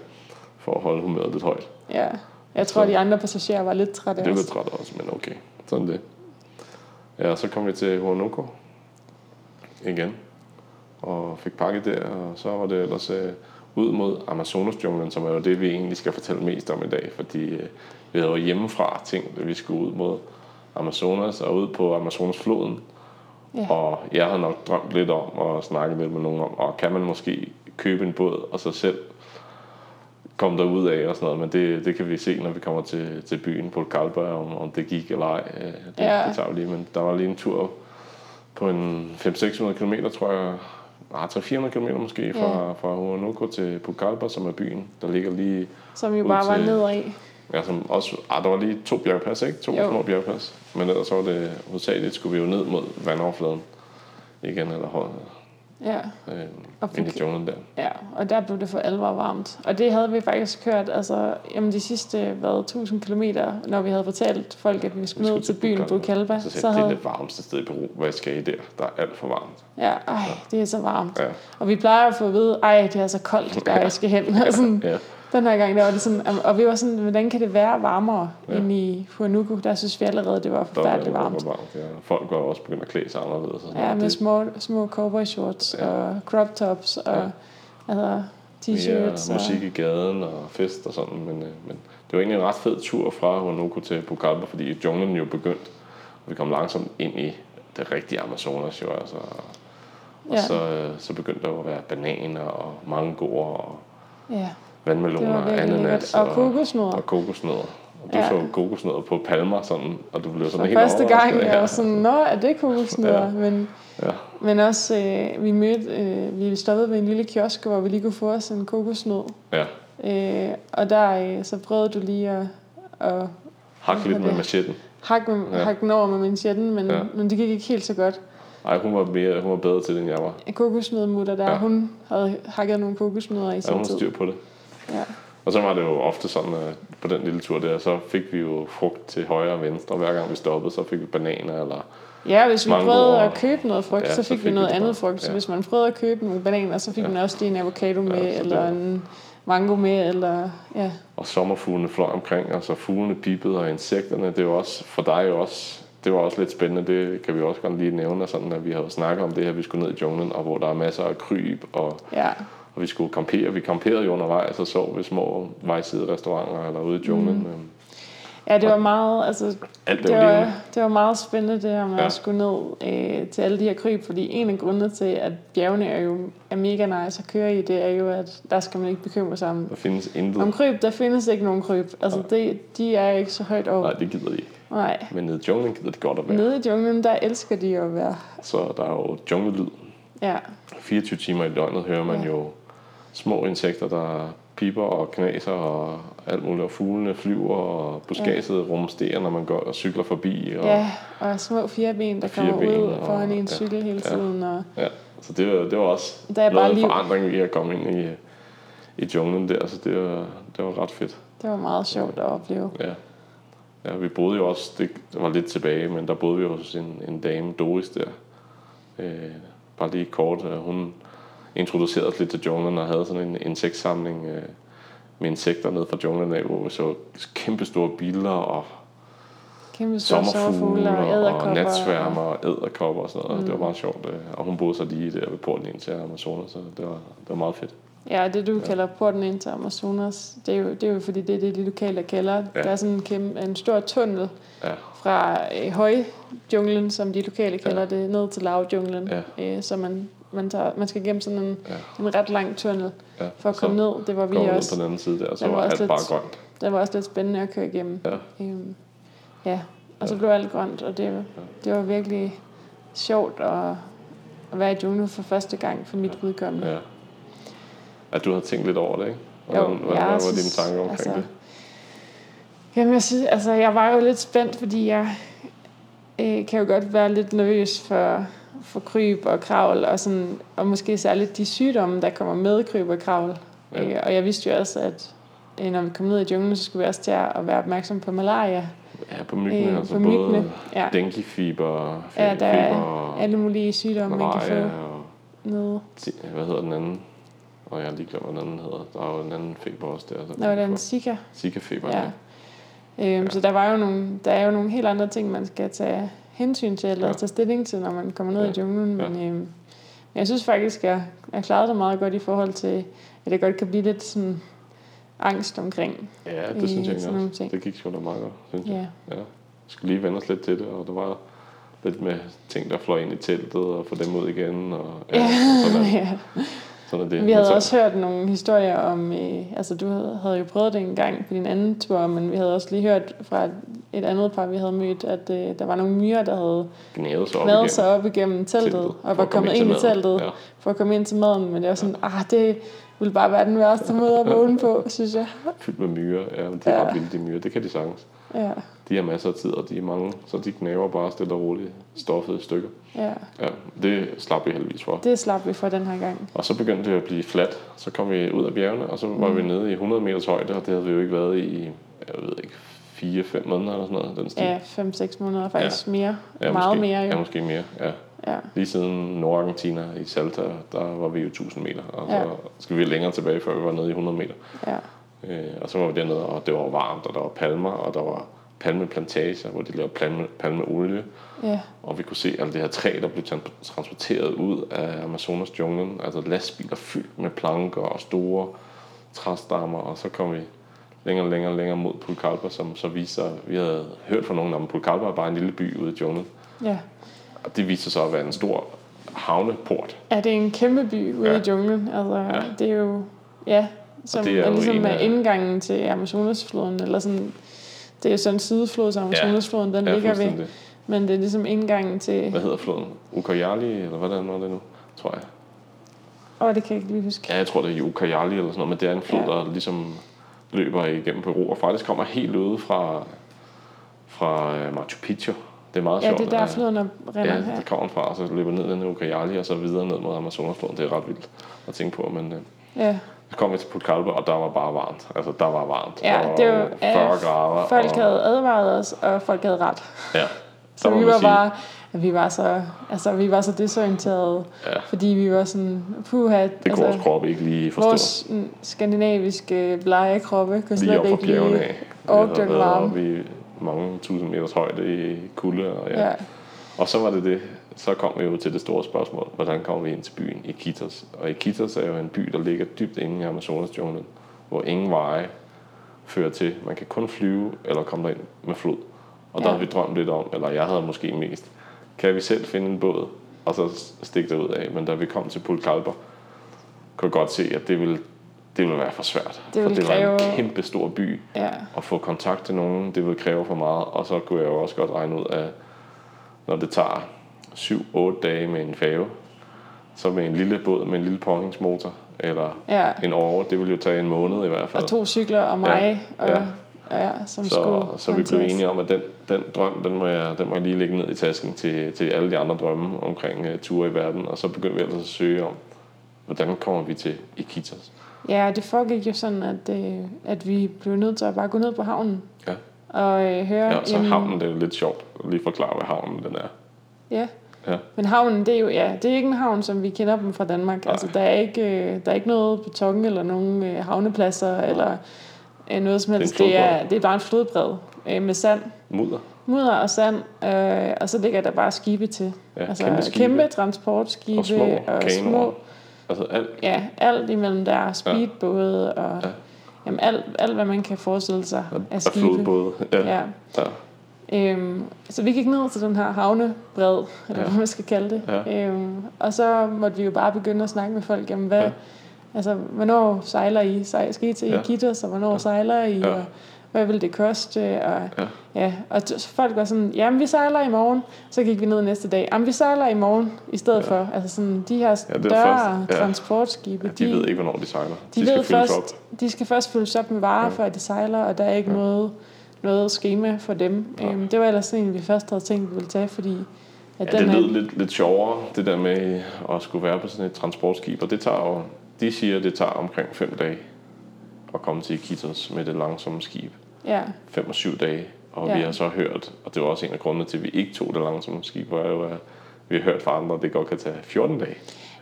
Speaker 1: for at holde humøret lidt højt.
Speaker 2: ja. Jeg tror,
Speaker 1: Så-
Speaker 2: de andre passagerer var lidt trætte
Speaker 1: Det var
Speaker 2: også.
Speaker 1: træt også, men okay. Sådan det. Ja, og så kom vi til Huanuco igen og fik pakket der, og så var det ellers øh, ud mod Amazonasjunglen, som er jo det, vi egentlig skal fortælle mest om i dag, fordi øh, vi havde jo hjemmefra tænkt, at vi skulle ud mod Amazonas og ud på Amazonasfloden,
Speaker 2: Ja.
Speaker 1: Og jeg har nok drømt lidt om og snakket lidt med nogen om, og kan man måske købe en båd og så selv komme derud af og sådan noget, men det, det kan vi se, når vi kommer til, til byen på Kalba, om, om det gik eller ej. Øh, Det,
Speaker 2: Ja.
Speaker 1: ja. det tager vi lige, men der var lige en tur på en 500-600 km, tror jeg, nej, 300-400 km måske, fra, ja. fra Huanuco til Pucallpa, som er byen, der ligger lige,
Speaker 2: Som jo
Speaker 1: ud
Speaker 2: bare var
Speaker 1: til-
Speaker 2: nedad.
Speaker 1: ja, som også, ah, der var lige to bjergpas, ikke? To
Speaker 2: Jo.
Speaker 1: jo. små bjergpas. Men ellers så var det, hovedsageligt skulle vi jo ned mod vandoverfladen igen, eller højere
Speaker 2: Ja,
Speaker 1: øh,
Speaker 2: og
Speaker 1: ind i
Speaker 2: fik,
Speaker 1: junglen der.
Speaker 2: ja, og der blev det for alvor varmt. Og det havde vi faktisk kørt altså, jamen, de sidste hvad, 1000 km, når vi havde fortalt folk, at vi skulle ned til byen Bucalba.
Speaker 1: Så,
Speaker 2: Så
Speaker 1: sagde, jeg, det er
Speaker 2: havde,
Speaker 1: det varmeste sted i Peru. Hvad skal I der? Der er alt for varmt.
Speaker 2: ja, ej, det er så varmt.
Speaker 1: Ja,
Speaker 2: Og vi plejer at få at vide, ej, det er så koldt, der jeg skal hen. Og sådan,
Speaker 1: ja.
Speaker 2: den her gang, der var det sådan, am- og vi var sådan, hvordan kan det være varmere ja.
Speaker 1: Ja.
Speaker 2: end i Huanuco? Der synes vi allerede, det var
Speaker 1: Der var,
Speaker 2: forfærdeligt
Speaker 1: det var
Speaker 2: varmt.
Speaker 1: varmt. Ja. Folk var også begyndt at klæde sig anderledes. og sådan
Speaker 2: Ja,
Speaker 1: noget.
Speaker 2: med
Speaker 1: Det-
Speaker 2: små, små cowboy shorts
Speaker 1: Ja.
Speaker 2: og crop tops og altså, t-shirts.
Speaker 1: mere musik
Speaker 2: Og,
Speaker 1: i gaden og fest og sådan, men, øh, men det var egentlig en ret fed tur fra Huanuco til Pucallpa, fordi junglen jo begyndte, og vi kom langsomt ind i det rigtige Amazonas jo, altså. Og
Speaker 2: Ja.
Speaker 1: ja. så, øh, så begyndte der jo at være bananer og mangoer og
Speaker 2: ja, det
Speaker 1: vandmeloner
Speaker 2: var
Speaker 1: og
Speaker 2: virkelig
Speaker 1: ananas
Speaker 2: lækkert. Og kokosnødder.
Speaker 1: og kokosnødder. Og du
Speaker 2: Ja.
Speaker 1: ja. så kokosnødder på palmer sådan, og du blev sådan
Speaker 2: Og
Speaker 1: helt
Speaker 2: første gang,
Speaker 1: overrasket.
Speaker 2: jeg var sådan, nå, er det kokosnødder? Ja.
Speaker 1: Ja.
Speaker 2: Men,
Speaker 1: Ja.
Speaker 2: men også, øh, vi mødte, øh, vi stoppede ved en lille kiosk, hvor vi lige kunne få os en kokosnød.
Speaker 1: Ja,
Speaker 2: Øh, og der øh, så prøvede du lige at, at
Speaker 1: hak lidt
Speaker 2: Hvorfor
Speaker 1: med
Speaker 2: det?
Speaker 1: machetten.
Speaker 2: hakke, med, ja.
Speaker 1: Ja.
Speaker 2: hakke den over med min sjætten, men, ja.
Speaker 1: Ja.
Speaker 2: men det gik ikke helt så godt.
Speaker 1: Ej, hun var, mere, hun var bedre til det, end jeg var.
Speaker 2: Kokosnødmutter der, ja.
Speaker 1: Ja.
Speaker 2: hun havde hakket nogle kokosnødder i
Speaker 1: Ja, hun
Speaker 2: sin
Speaker 1: har
Speaker 2: tid.
Speaker 1: styr på det.
Speaker 2: Ja.
Speaker 1: Og så var det jo ofte sådan, at på den lille tur der, så fik vi jo frugt til højre og venstre. Hver gang vi stoppede, så fik vi bananer eller...
Speaker 2: ja, hvis vi
Speaker 1: Mangoer.
Speaker 2: prøvede at købe noget frugt, ja,
Speaker 1: Ja,
Speaker 2: så, fik vi noget
Speaker 1: det
Speaker 2: andet
Speaker 1: bare.
Speaker 2: frugt. Så
Speaker 1: Ja.
Speaker 2: hvis man prøvede at købe nogle bananer, så fik
Speaker 1: Ja.
Speaker 2: man også lige en avocado med,
Speaker 1: så det
Speaker 2: eller
Speaker 1: var-
Speaker 2: en mango med, eller ja.
Speaker 1: Og sommerfuglene fløj omkring, og så fuglene bippede, og insekterne, det var også for dig også... Det var også lidt spændende, det kan vi også godt lige nævne, og sådan at vi havde snakket om det her, vi skulle ned i junglen, og hvor der er masser af kryb, og,
Speaker 2: ja.
Speaker 1: og vi skulle kampere. Vi kamperede jo undervejs, og sov ved små vejsiderestauranter eller ude i junglen. Mm.
Speaker 2: Ja, det var meget, altså,
Speaker 1: Alt blev
Speaker 2: det
Speaker 1: levende.
Speaker 2: var, det var meget spændende det her med ja.
Speaker 1: Ja.
Speaker 2: at skulle ned øh, til alle de her kryb, fordi en af grundene til, at bjergene er jo er mega nice at køre i, det er jo, at der skal man ikke bekymre sig om
Speaker 1: Der findes intet.
Speaker 2: Om kryb, der findes ikke nogen kryb. Altså, det, de er ikke så højt over.
Speaker 1: Nej,
Speaker 2: Nej.
Speaker 1: det gider de ikke.
Speaker 2: Nej.
Speaker 1: Men nede i junglen gider de godt at være.
Speaker 2: Nede i junglen, der elsker de at være.
Speaker 1: Så der er jo junglelyd.
Speaker 2: Ja,
Speaker 1: 24 timer i døgnet hører man
Speaker 2: Ja.
Speaker 1: jo små insekter, der piper og knaser og alt muligt. Og fuglene flyver, og buskadset ja. rumsterer, når man går og cykler forbi. Og,
Speaker 2: ja. og små fireben, der kommer
Speaker 1: Fireben
Speaker 2: ud
Speaker 1: og-
Speaker 2: foran en
Speaker 1: ja.
Speaker 2: cykel hele
Speaker 1: Ja.
Speaker 2: tiden. Og,
Speaker 1: ja. Så det var, det var også
Speaker 2: Der er bare
Speaker 1: noget af
Speaker 2: liv.
Speaker 1: en forandring i at komme ind i, i junglen der, så det var, det var ret fedt.
Speaker 2: det var meget sjovt at opleve.
Speaker 1: Ja. ja, vi boede jo også, det var lidt tilbage, men der boede vi jo hos en, en dame, Doris der. Øh, bare lige kort, øh, hun introducerede os lidt til junglen og havde sådan en insektsamling øh, med insekter ned fra junglen af, hvor vi så kæmpe store biller og
Speaker 2: Kæmpe store
Speaker 1: sommerfugle
Speaker 2: sommerfugle og
Speaker 1: og, og
Speaker 2: æderkopper.
Speaker 1: natsværmer og æderkopper og sådan noget. Mm. Det var meget sjovt, øh, og hun boede så lige der ved porten ind til Amazonas, så det var, det var meget fedt.
Speaker 2: Ja, det du ja. kalder porten ind til Amazonas, det er jo, det er jo fordi, det er det, de lokale kalder. Ja. Der er sådan en, kæmpe, en stor tunnel
Speaker 1: Ja.
Speaker 2: fra øh, højjunglen, som de lokale kalder ja. det, ned til lavjunglen. Ja. Øh, så man, man, tager, man skal gennem sådan en,
Speaker 1: Ja.
Speaker 2: en ret lang tunnel
Speaker 1: Ja.
Speaker 2: for at komme
Speaker 1: så
Speaker 2: ned. Det var vi
Speaker 1: kom ned
Speaker 2: også.
Speaker 1: på den anden side der, så
Speaker 2: Der var
Speaker 1: var
Speaker 2: også
Speaker 1: alt bare
Speaker 2: lidt-
Speaker 1: grønt.
Speaker 2: Det var også lidt spændende at køre igennem.
Speaker 1: Ja.
Speaker 2: Øhm, ja, og så blev alt grønt, og det, det var virkelig sjovt at, at være i junglen for første gang for mit ja. udkommende.
Speaker 1: Ja. At du havde tænkt lidt over det, ikke? Hvordan, jo, hvordan,
Speaker 2: jeg
Speaker 1: hvad var dine
Speaker 2: synes-
Speaker 1: tanker omkring
Speaker 2: altså,
Speaker 1: det?
Speaker 2: Jamen, jeg, synes, altså, jeg var jo lidt spændt, fordi jeg øh, kan jo godt være lidt nervøs for, for kryb og kravl, og, sådan, og måske særligt de sygdomme, der kommer med kryb og kravl.
Speaker 1: Ja.
Speaker 2: Ja. Øh, og jeg vidste jo også, at øh, når vi kom ned i junglen, så skulle vi også til at være opmærksom på malaria.
Speaker 1: Ja, på myggene, øh, altså
Speaker 2: på
Speaker 1: både
Speaker 2: myggene. Ja.
Speaker 1: denguefiber, fe-
Speaker 2: Ja, der er
Speaker 1: feber og
Speaker 2: Alle mulige sygdomme, man kan få
Speaker 1: malaria og
Speaker 2: nede.
Speaker 1: ti- hvad hedder den anden? Og jeg har lige glemt, hvad den anden hedder. Der er jo en anden feber også der.
Speaker 2: Når det er en zika.
Speaker 1: Zika-feber, ja.
Speaker 2: Ja. Øhm, Så der, var jo nogle, der er jo nogle helt andre ting, man skal tage hensyn til, eller
Speaker 1: Ja.
Speaker 2: ja. tage stilling til, når man kommer ned
Speaker 1: Ja.
Speaker 2: ja. i junglen.
Speaker 1: Ja.
Speaker 2: Men, øhm, men jeg synes faktisk, at jeg, jeg klarede det meget godt i forhold til, at det godt kan blive lidt sådan angst omkring.
Speaker 1: Ja, det synes jeg
Speaker 2: Øh,
Speaker 1: egentlig
Speaker 2: sådan nogle
Speaker 1: også.
Speaker 2: ting.
Speaker 1: Det gik sgu da meget godt, synes jeg.
Speaker 2: Ja. <laughs>
Speaker 1: Ja. Vi skulle lige vende os lidt til det, og der var lidt med ting, der fløj ind i teltet, og få dem ud igen, og ja,
Speaker 2: Ja.
Speaker 1: sådan, er-
Speaker 2: ja.
Speaker 1: sådan er det.
Speaker 2: Vi
Speaker 1: Men
Speaker 2: havde
Speaker 1: så-
Speaker 2: også hørt nogle historier om, øh, altså du havde, havde jo prøvet det en gang på din anden tur, men vi havde også lige hørt fra et, et andet par, vi havde mødt, at øh, der var nogle myrer, der havde
Speaker 1: gnavede sig op
Speaker 2: knadet
Speaker 1: igennem
Speaker 2: sig op igennem teltet,
Speaker 1: for
Speaker 2: og
Speaker 1: at
Speaker 2: var
Speaker 1: komme
Speaker 2: kommet
Speaker 1: til
Speaker 2: ind i
Speaker 1: maden.
Speaker 2: teltet.
Speaker 1: Ja.
Speaker 2: for at komme ind til maden, men det var sådan, ah, det ville bare være den værste måde at vågne på, synes jeg.
Speaker 1: Fyldt med myrer. Ja, men de er
Speaker 2: Ja.
Speaker 1: ret vilde, de myrer. Det kan de sagtens.
Speaker 2: Ja,
Speaker 1: De har masser af tid, og de er mange, så de knaver bare stille og roligt stoffet i stykker.
Speaker 2: ja.
Speaker 1: Ja, det slap vi heldigvis for.
Speaker 2: Det slap vi for den her gang.
Speaker 1: Og så begyndte det at blive fladt. Så kom vi ud af bjergene, og så var
Speaker 2: Mm.
Speaker 1: vi nede i 100 meters højde, og det havde vi jo ikke været i, jeg ved ikke, 4-5 måneder eller sådan noget, den stil.
Speaker 2: Ja, 5-6 måneder faktisk ja. mere.
Speaker 1: Ja,
Speaker 2: Ja, Meget
Speaker 1: måske.
Speaker 2: mere
Speaker 1: Ja,
Speaker 2: jo.
Speaker 1: måske mere, ja.
Speaker 2: Ja.
Speaker 1: Lige siden Nordargentina i Salta, der var vi jo 1000 meter, og ja.
Speaker 2: Ja.
Speaker 1: så skal vi længere tilbage, før vi var nede i 100 meter.
Speaker 2: Ja.
Speaker 1: Øh, og så var vi dernede, og det var varmt, og der var palmer, og der var palmeplantager, hvor de lavede palme, palmeolie.
Speaker 2: Ja.
Speaker 1: Og vi kunne se alt det her træ, der blev tran- transporteret ud af Amazonas junglen. Altså lastbiler fyldt med planker og store træstammer. Og så kom vi længere og længere og længere mod Pulcalpa, som så viste sig, vi havde hørt fra nogen om, Pulcalpa er bare en lille by ude i junglen.
Speaker 2: ja.
Speaker 1: Og det viste sig så at være en stor havneport.
Speaker 2: Er det en kæmpe by ude
Speaker 1: Ja.
Speaker 2: ja. i junglen? Altså,
Speaker 1: Ja.
Speaker 2: ja. det er jo... Ja, som
Speaker 1: det er
Speaker 2: er,
Speaker 1: jo en
Speaker 2: ligesom er
Speaker 1: af-
Speaker 2: indgangen til Amazonasfloden, eller sådan... Det er jo sådan en sideflod til Amazonasfloden, den
Speaker 1: Ja,
Speaker 2: ligger ved.
Speaker 1: fuldstændig.
Speaker 2: Men det er ligesom indgangen til...
Speaker 1: Hvad hedder floden? Ucayali, eller hvad den var det nu, tror jeg.
Speaker 2: Åh, oh, det kan jeg ikke lige huske.
Speaker 1: Ja, jeg tror, det er Ucayali eller sådan noget, men det er en flod,
Speaker 2: Ja.
Speaker 1: der ligesom løber igennem Peru, og faktisk kommer helt ude fra, fra øh, Machu Picchu. Det er meget
Speaker 2: Ja,
Speaker 1: sjovt.
Speaker 2: det er der
Speaker 1: at-
Speaker 2: floden op- rinder.
Speaker 1: Ja, der kommer den fra, og så løber ned den Ucayali, og så videre ned mod Amazonasfloden. Det er ret vildt at tænke på, men øh,
Speaker 2: ja.
Speaker 1: så kom vi til Pucallpa, og der var bare varmt. Altså, der var varmt.
Speaker 2: Ja,
Speaker 1: der var
Speaker 2: det var-
Speaker 1: 40
Speaker 2: ja,
Speaker 1: grader.
Speaker 2: Folk
Speaker 1: og,
Speaker 2: havde advaret os, og folk havde ret.
Speaker 1: Ja,
Speaker 2: Så
Speaker 1: der må
Speaker 2: vi
Speaker 1: man
Speaker 2: var
Speaker 1: sige-
Speaker 2: bare, at vi var så, altså, vi var så desorienterede,
Speaker 1: Ja.
Speaker 2: fordi vi var sådan, puha,
Speaker 1: det kunne vores
Speaker 2: altså,
Speaker 1: krop ikke lige forstå.
Speaker 2: vores mm, skandinaviske blege kroppe
Speaker 1: lige
Speaker 2: kunne slet
Speaker 1: op fra
Speaker 2: ikke
Speaker 1: bjergene
Speaker 2: lige...
Speaker 1: af.
Speaker 2: overgå
Speaker 1: Vi havde været
Speaker 2: varmen.
Speaker 1: oppe i mange tusind meters højde i kulde. Og, ja.
Speaker 2: Ja,
Speaker 1: Ja. og så var det det. Så kom vi jo til det store spørgsmål. Hvordan kommer vi ind til byen Iquitos? Og Iquitos er jo en by, der ligger dybt inde i Amazonas junglen, hvor ingen veje fører til. Man kan kun flyve eller komme derind med flod. Og der
Speaker 2: Ja.
Speaker 1: havde vi drømt lidt om, eller jeg havde måske mest, kan vi selv finde en båd og så stikke derud af. Men da vi kom til Pulcalpa, kunne jeg godt se, at det ville, det ville være for svært.
Speaker 2: Det ville
Speaker 1: for det var en
Speaker 2: kræve-
Speaker 1: kæmpe stor by,
Speaker 2: ja,
Speaker 1: at få kontakt til nogen, det vil kræve for meget, og så kunne jeg jo også godt regne ud af, når det tager 7-8 dage med en fave, så med en lille båd med en lille påhængsmotor, eller
Speaker 2: ja.
Speaker 1: en år, det ville jo tage en måned i hvert fald.
Speaker 2: Og to cykler og mig,
Speaker 1: Ja,
Speaker 2: ja,
Speaker 1: ja.
Speaker 2: og, ja. Ja, som
Speaker 1: så,
Speaker 2: skulle
Speaker 1: så vi blev
Speaker 2: håndteres.
Speaker 1: enige om, at den, den drøm, den må, jeg, den må jeg lige lægge ned i tasken til, til alle de andre drømme omkring uh, ture i verden, og så begyndte vi altså at søge om, hvordan kommer vi til Iquitos?
Speaker 2: Ja, det foregik jo sådan, at, øh, at vi blev nødt til at bare gå ned på havnen.
Speaker 1: Ja.
Speaker 2: Og øh, høre...
Speaker 1: Ja, så
Speaker 2: jamen,
Speaker 1: havnen, det er lidt sjovt at lige forklare, hvad havnen den er.
Speaker 2: Ja.
Speaker 1: Ja.
Speaker 2: Men havnen, det er jo ja, det er ikke en havn, som vi kender dem fra Danmark.
Speaker 1: Nej.
Speaker 2: Altså, der er ikke, øh, der er ikke noget beton eller nogen øh, havnepladser eller øh, noget som
Speaker 1: en
Speaker 2: helst. Det er,
Speaker 1: flodbred.
Speaker 2: det er bare en flodbred øh, med sand,
Speaker 1: Mudder.
Speaker 2: mudder og sand, øh, og så ligger der bare skibe til.
Speaker 1: Ja,
Speaker 2: altså
Speaker 1: kæmpe skibe.
Speaker 2: kæmpe transportskibe
Speaker 1: Og små
Speaker 2: og
Speaker 1: kanoer.
Speaker 2: små
Speaker 1: Altså alt.
Speaker 2: Ja, alt imellem der er speedbåde og
Speaker 1: Ja.
Speaker 2: jamen, alt, alt, hvad man kan forestille sig
Speaker 1: Og,
Speaker 2: af
Speaker 1: og
Speaker 2: skibe.
Speaker 1: flodbåde. Ja. ja.
Speaker 2: Ja.
Speaker 1: ja.
Speaker 2: Øhm, så vi gik ned til den her havnebred, eller
Speaker 1: Ja.
Speaker 2: hvad man skal kalde det.
Speaker 1: Ja.
Speaker 2: Øhm, og så måtte vi jo bare begynde at snakke med folk, jamen hvad,
Speaker 1: Ja.
Speaker 2: ja. altså, hvornår sejler I? Sej, skal I til
Speaker 1: Ja.
Speaker 2: ja. Iquitos, og hvornår ja. sejler I?
Speaker 1: Ja.
Speaker 2: Og hvad vil det koste? Og,
Speaker 1: Ja.
Speaker 2: ja. og t- så folk var sådan, jamen vi sejler i morgen. Så gik vi ned næste dag, jamen vi sejler i morgen i stedet ja. for. Altså sådan, de her
Speaker 1: er
Speaker 2: større
Speaker 1: først- ja.
Speaker 2: transportskibe,
Speaker 1: De ved ikke, hvornår de sejler.
Speaker 2: de, de ved
Speaker 1: fyldes
Speaker 2: først, de skal først fyldes op med varer,
Speaker 1: Ja.
Speaker 2: ja. før de sejler, og der er ikke
Speaker 1: Ja.
Speaker 2: ja. noget, noget schema for dem.
Speaker 1: Nej.
Speaker 2: Ja. Øhm, det var ellers en, vi først havde tænkt, vi ville tage, fordi at
Speaker 1: Ja,
Speaker 2: den
Speaker 1: det
Speaker 2: her,
Speaker 1: lød lidt, lidt sjovere, det der med at skulle være på sådan et transportskib. Og det tager jo, de siger, at det tager omkring 5 dage at komme til Iquitos med det langsomme skib.
Speaker 2: ja,
Speaker 1: 5 og 7 dage. Og ja.
Speaker 2: Ja.
Speaker 1: vi har så hørt, og det var også en af grundene til, at vi ikke tog det langsomme skib, var jo, at vi har hørt fra andre, at det godt kan tage 14 dage.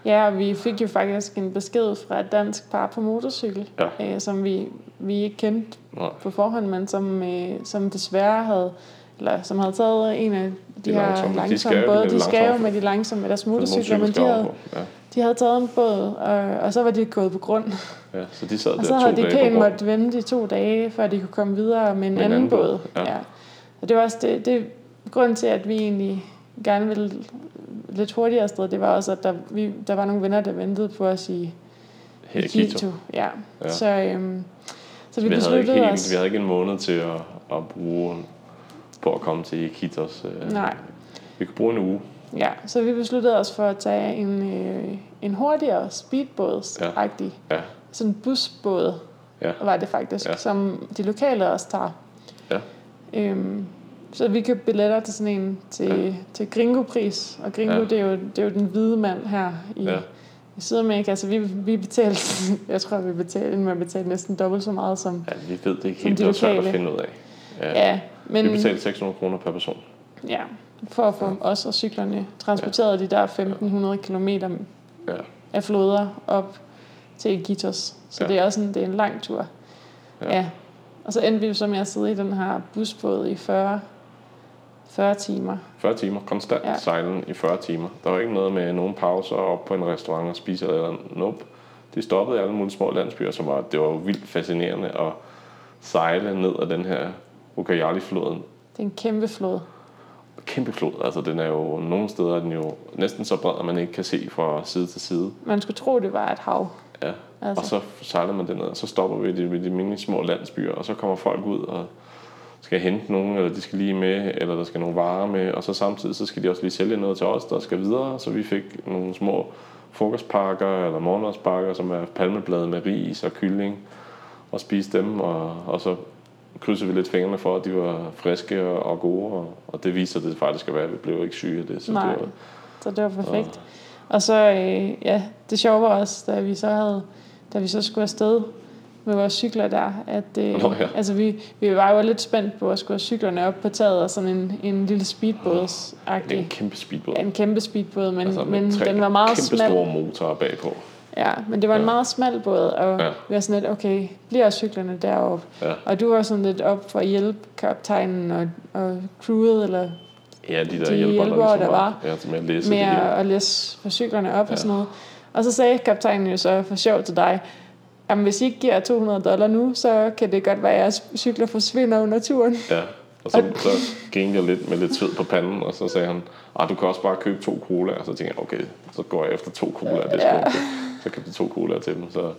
Speaker 2: ja, og vi fik jo faktisk en besked fra et dansk par på motorcykel,
Speaker 1: Ja.
Speaker 2: øh, som vi, vi ikke kendte
Speaker 1: Nej.
Speaker 2: på forhånd, men som, øh, som desværre havde eller som havde taget en af de,
Speaker 1: De
Speaker 2: her
Speaker 1: langsomme.
Speaker 2: langsomme,
Speaker 1: De skal jo med
Speaker 2: både.
Speaker 1: de
Speaker 2: De skal jo
Speaker 1: langsomme.
Speaker 2: med de langsomme med deres
Speaker 1: Motorcykler,
Speaker 2: motorcykler, men de havde,
Speaker 1: ovenpå. ja.
Speaker 2: de havde taget en båd, og, og så var de gået på grund.
Speaker 1: ja, så de sad
Speaker 2: Og så
Speaker 1: der
Speaker 2: havde
Speaker 1: to
Speaker 2: de
Speaker 1: dage
Speaker 2: pænt
Speaker 1: på grund.
Speaker 2: måtte vente i to dage, før de kunne komme videre med en, anden, båd. Ja. ja. Og det var også det, det grund til, at vi egentlig gerne ville lidt hurtigere afsted, det var også, at der, vi, der var nogle venner, der ventede på os i,
Speaker 1: Her
Speaker 2: i
Speaker 1: i Quito.
Speaker 2: Quito. Ja.
Speaker 1: Ja.
Speaker 2: ja. Så, øhm, så vi
Speaker 1: Vi havde, ikke
Speaker 2: besluttede
Speaker 1: helt, vi
Speaker 2: os.
Speaker 1: havde ikke en måned til at, at bruge på at komme til Iquitos. øh.
Speaker 2: Nej.
Speaker 1: Vi kunne bruge en uge.
Speaker 2: Ja, så vi besluttede os for at tage en, øh, en hurtigere speedbåd-agtig,
Speaker 1: Ja,
Speaker 2: sådan en busbåd
Speaker 1: ja.
Speaker 2: var det faktisk,
Speaker 1: Ja.
Speaker 2: ja. som de lokale også tager.
Speaker 1: Ja.
Speaker 2: Øhm, så vi købte billetter til sådan en til,
Speaker 1: Ja.
Speaker 2: ja. til Gringo-pris. Og Gringo,
Speaker 1: Ja.
Speaker 2: ja. det, er jo, det er jo den hvide mand her i,
Speaker 1: Ja.
Speaker 2: ja. i Sydamerika. Altså vi, vi betalte, <laughs> jeg tror, vi betalte, med at betale næsten dobbelt så meget som...
Speaker 1: ja, vi ved det ikke
Speaker 2: Som
Speaker 1: helt.
Speaker 2: de
Speaker 1: Det er svært at
Speaker 2: lokale.
Speaker 1: finde ud af. Ja.
Speaker 2: Ja,
Speaker 1: Vi
Speaker 2: men
Speaker 1: betalte 600 kroner per person.
Speaker 2: ja, for at få os og cyklerne transporteret ja. de der 1500 km
Speaker 1: Ja.
Speaker 2: af floder op til Iquitos.
Speaker 1: Ja.
Speaker 2: Så ja. det er også en, det er en lang tur.
Speaker 1: Ja.
Speaker 2: Ja. ja. Og så endte vi jo så med at sidde i den her busbåd i 40, 40 timer.
Speaker 1: 40 timer, konstant ja.
Speaker 2: Ja.
Speaker 1: sejlen i 40 timer. Der var ikke noget med nogen pauser op på en restaurant og spise eller andet. nope. De stoppede i alle mulige små landsbyer, som var, det var jo vildt fascinerende at sejle ned ad den her Ucayali-floden.
Speaker 2: Det er en kæmpe flod.
Speaker 1: Kæmpe flod, altså den er jo, nogle steder er den jo næsten så bred, at man ikke kan se fra side til side.
Speaker 2: Man skulle tro, det var et hav.
Speaker 1: Ja.
Speaker 2: Altså,
Speaker 1: Og så sejler man derned, og så stopper vi i de, ved de mini små landsbyer, og så kommer folk ud og skal hente nogen, eller de skal lige med, eller der skal nogle varer med, og så samtidig så skal de også lige sælge noget til os, der skal videre, så vi fik nogle små frokostpakker eller morgenmadspakker, som er palmeblade med ris og kylling, og spiste dem, og, og så krydsede vi lidt fingrene for, at de var friske og, og gode, og, og det viser det faktisk at være, vi blev ikke syge af det, så
Speaker 2: Nej.
Speaker 1: det var
Speaker 2: så det var perfekt. Og så, øh, ja, det sjove var også, da vi så havde, da vi så skulle afsted med vores cykler der, at øh,
Speaker 1: Nå, ja.
Speaker 2: altså, vi, vi var jo lidt spændt på at skulle have cyklerne op på taget og sådan en, en lille speedbåds
Speaker 1: det er en kæmpe speedbåd.
Speaker 2: en kæmpe speedbåd, men,
Speaker 1: Altså
Speaker 2: altså,
Speaker 1: med
Speaker 2: men
Speaker 1: tre
Speaker 2: den var meget
Speaker 1: kæmpe
Speaker 2: smal.
Speaker 1: store motorer bagpå.
Speaker 2: Ja, men det var en
Speaker 1: Ja.
Speaker 2: meget smal båd, og
Speaker 1: Ja.
Speaker 2: ja. vi var sådan lidt, okay, bliver cyklerne deroppe?
Speaker 1: Ja.
Speaker 2: Og du var sådan lidt op for at hjælpe kaptajnen og, og crewet, eller
Speaker 1: Ja, de der
Speaker 2: De
Speaker 1: hjælper,
Speaker 2: hjælpere,
Speaker 1: ligesom
Speaker 2: der
Speaker 1: var.
Speaker 2: var.
Speaker 1: Ja, med at læse
Speaker 2: med
Speaker 1: det hele.
Speaker 2: at, at læse for cyklerne op
Speaker 1: Ja.
Speaker 2: og sådan noget. Og så sagde kaptajnen jo så for sjov til dig, jamen hvis I ikke giver 200 dollar nu, så kan det godt være, at jeres cykler forsvinder under turen.
Speaker 1: Ja. Og så, så gik jeg lidt med lidt sved på panden, og så sagde han, ah, du kan også bare købe to colaer. Og så tænkte jeg, okay, så går jeg efter to colaer. Det ja.
Speaker 2: Ja.
Speaker 1: Så købte jeg to colaer til dem, så, så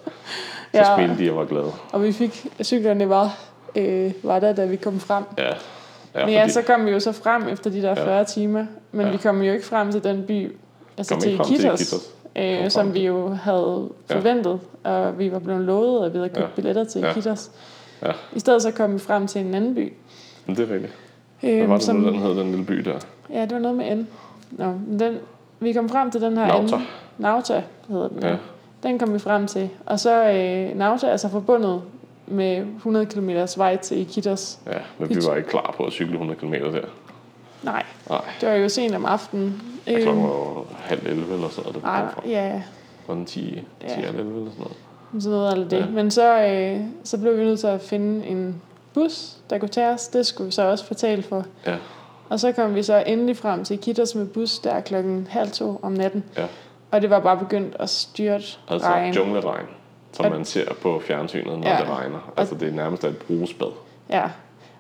Speaker 1: ja.
Speaker 2: Ja.
Speaker 1: smilte de og var glade.
Speaker 2: Og vi fik, cyklerne var, øh, var der, da vi kom frem.
Speaker 1: Ja, ja,
Speaker 2: Men
Speaker 1: fordi,
Speaker 2: ja, så kom vi jo så frem efter de der
Speaker 1: Ja.
Speaker 2: 40 timer, men
Speaker 1: Ja.
Speaker 2: vi kom jo ikke frem til den by, altså
Speaker 1: Kom
Speaker 2: til
Speaker 1: ikke frem til
Speaker 2: Iquitos,
Speaker 1: Iquitos. frem
Speaker 2: øh, som
Speaker 1: til-
Speaker 2: vi jo havde
Speaker 1: Ja.
Speaker 2: forventet, og vi var blevet lovet, at vi havde købt
Speaker 1: Ja.
Speaker 2: billetter til
Speaker 1: Ja.
Speaker 2: Iquitos.
Speaker 1: Ja.
Speaker 2: I stedet så kom vi frem til en anden by.
Speaker 1: Men det er rigtigt. Hvad
Speaker 2: øh,
Speaker 1: var det, som... den hed, den lille by der?
Speaker 2: Ja, det var noget med N. Nå, men den, vi kom frem til den her
Speaker 1: Nauta.
Speaker 2: N. Nauta hedder den.
Speaker 1: Ja.
Speaker 2: Ja. Den kom vi frem til. Og så øh, Nauta er så forbundet med 100 km vej til Iquitos.
Speaker 1: Ja, men vi var ikke klar på at cykle 100 km der.
Speaker 2: Nej,
Speaker 1: Nej,
Speaker 2: det var jo sent om aftenen.
Speaker 1: øh... klokken
Speaker 2: nej,
Speaker 1: var halv 11 eller sådan noget.
Speaker 2: nej, ja,
Speaker 1: Var den 10, 10
Speaker 2: Ja.
Speaker 1: ja. 11 eller sådan noget?
Speaker 2: sådan noget eller det.
Speaker 1: Ja.
Speaker 2: Ja. Men så, øh, så blev vi nødt til at finde en bus, der kunne tage os. Det skulle vi så også betale for.
Speaker 1: Ja.
Speaker 2: Og så kom vi så endelig frem til Iquitos med bus der klokken halv to om natten.
Speaker 1: Ja.
Speaker 2: Og det var bare begyndt at styrte
Speaker 1: Altså
Speaker 2: regn.
Speaker 1: jungleregn, som
Speaker 2: Og-
Speaker 1: man ser på fjernsynet, når
Speaker 2: Ja.
Speaker 1: ja. det regner. Altså det er nærmest et brusbad.
Speaker 2: Ja,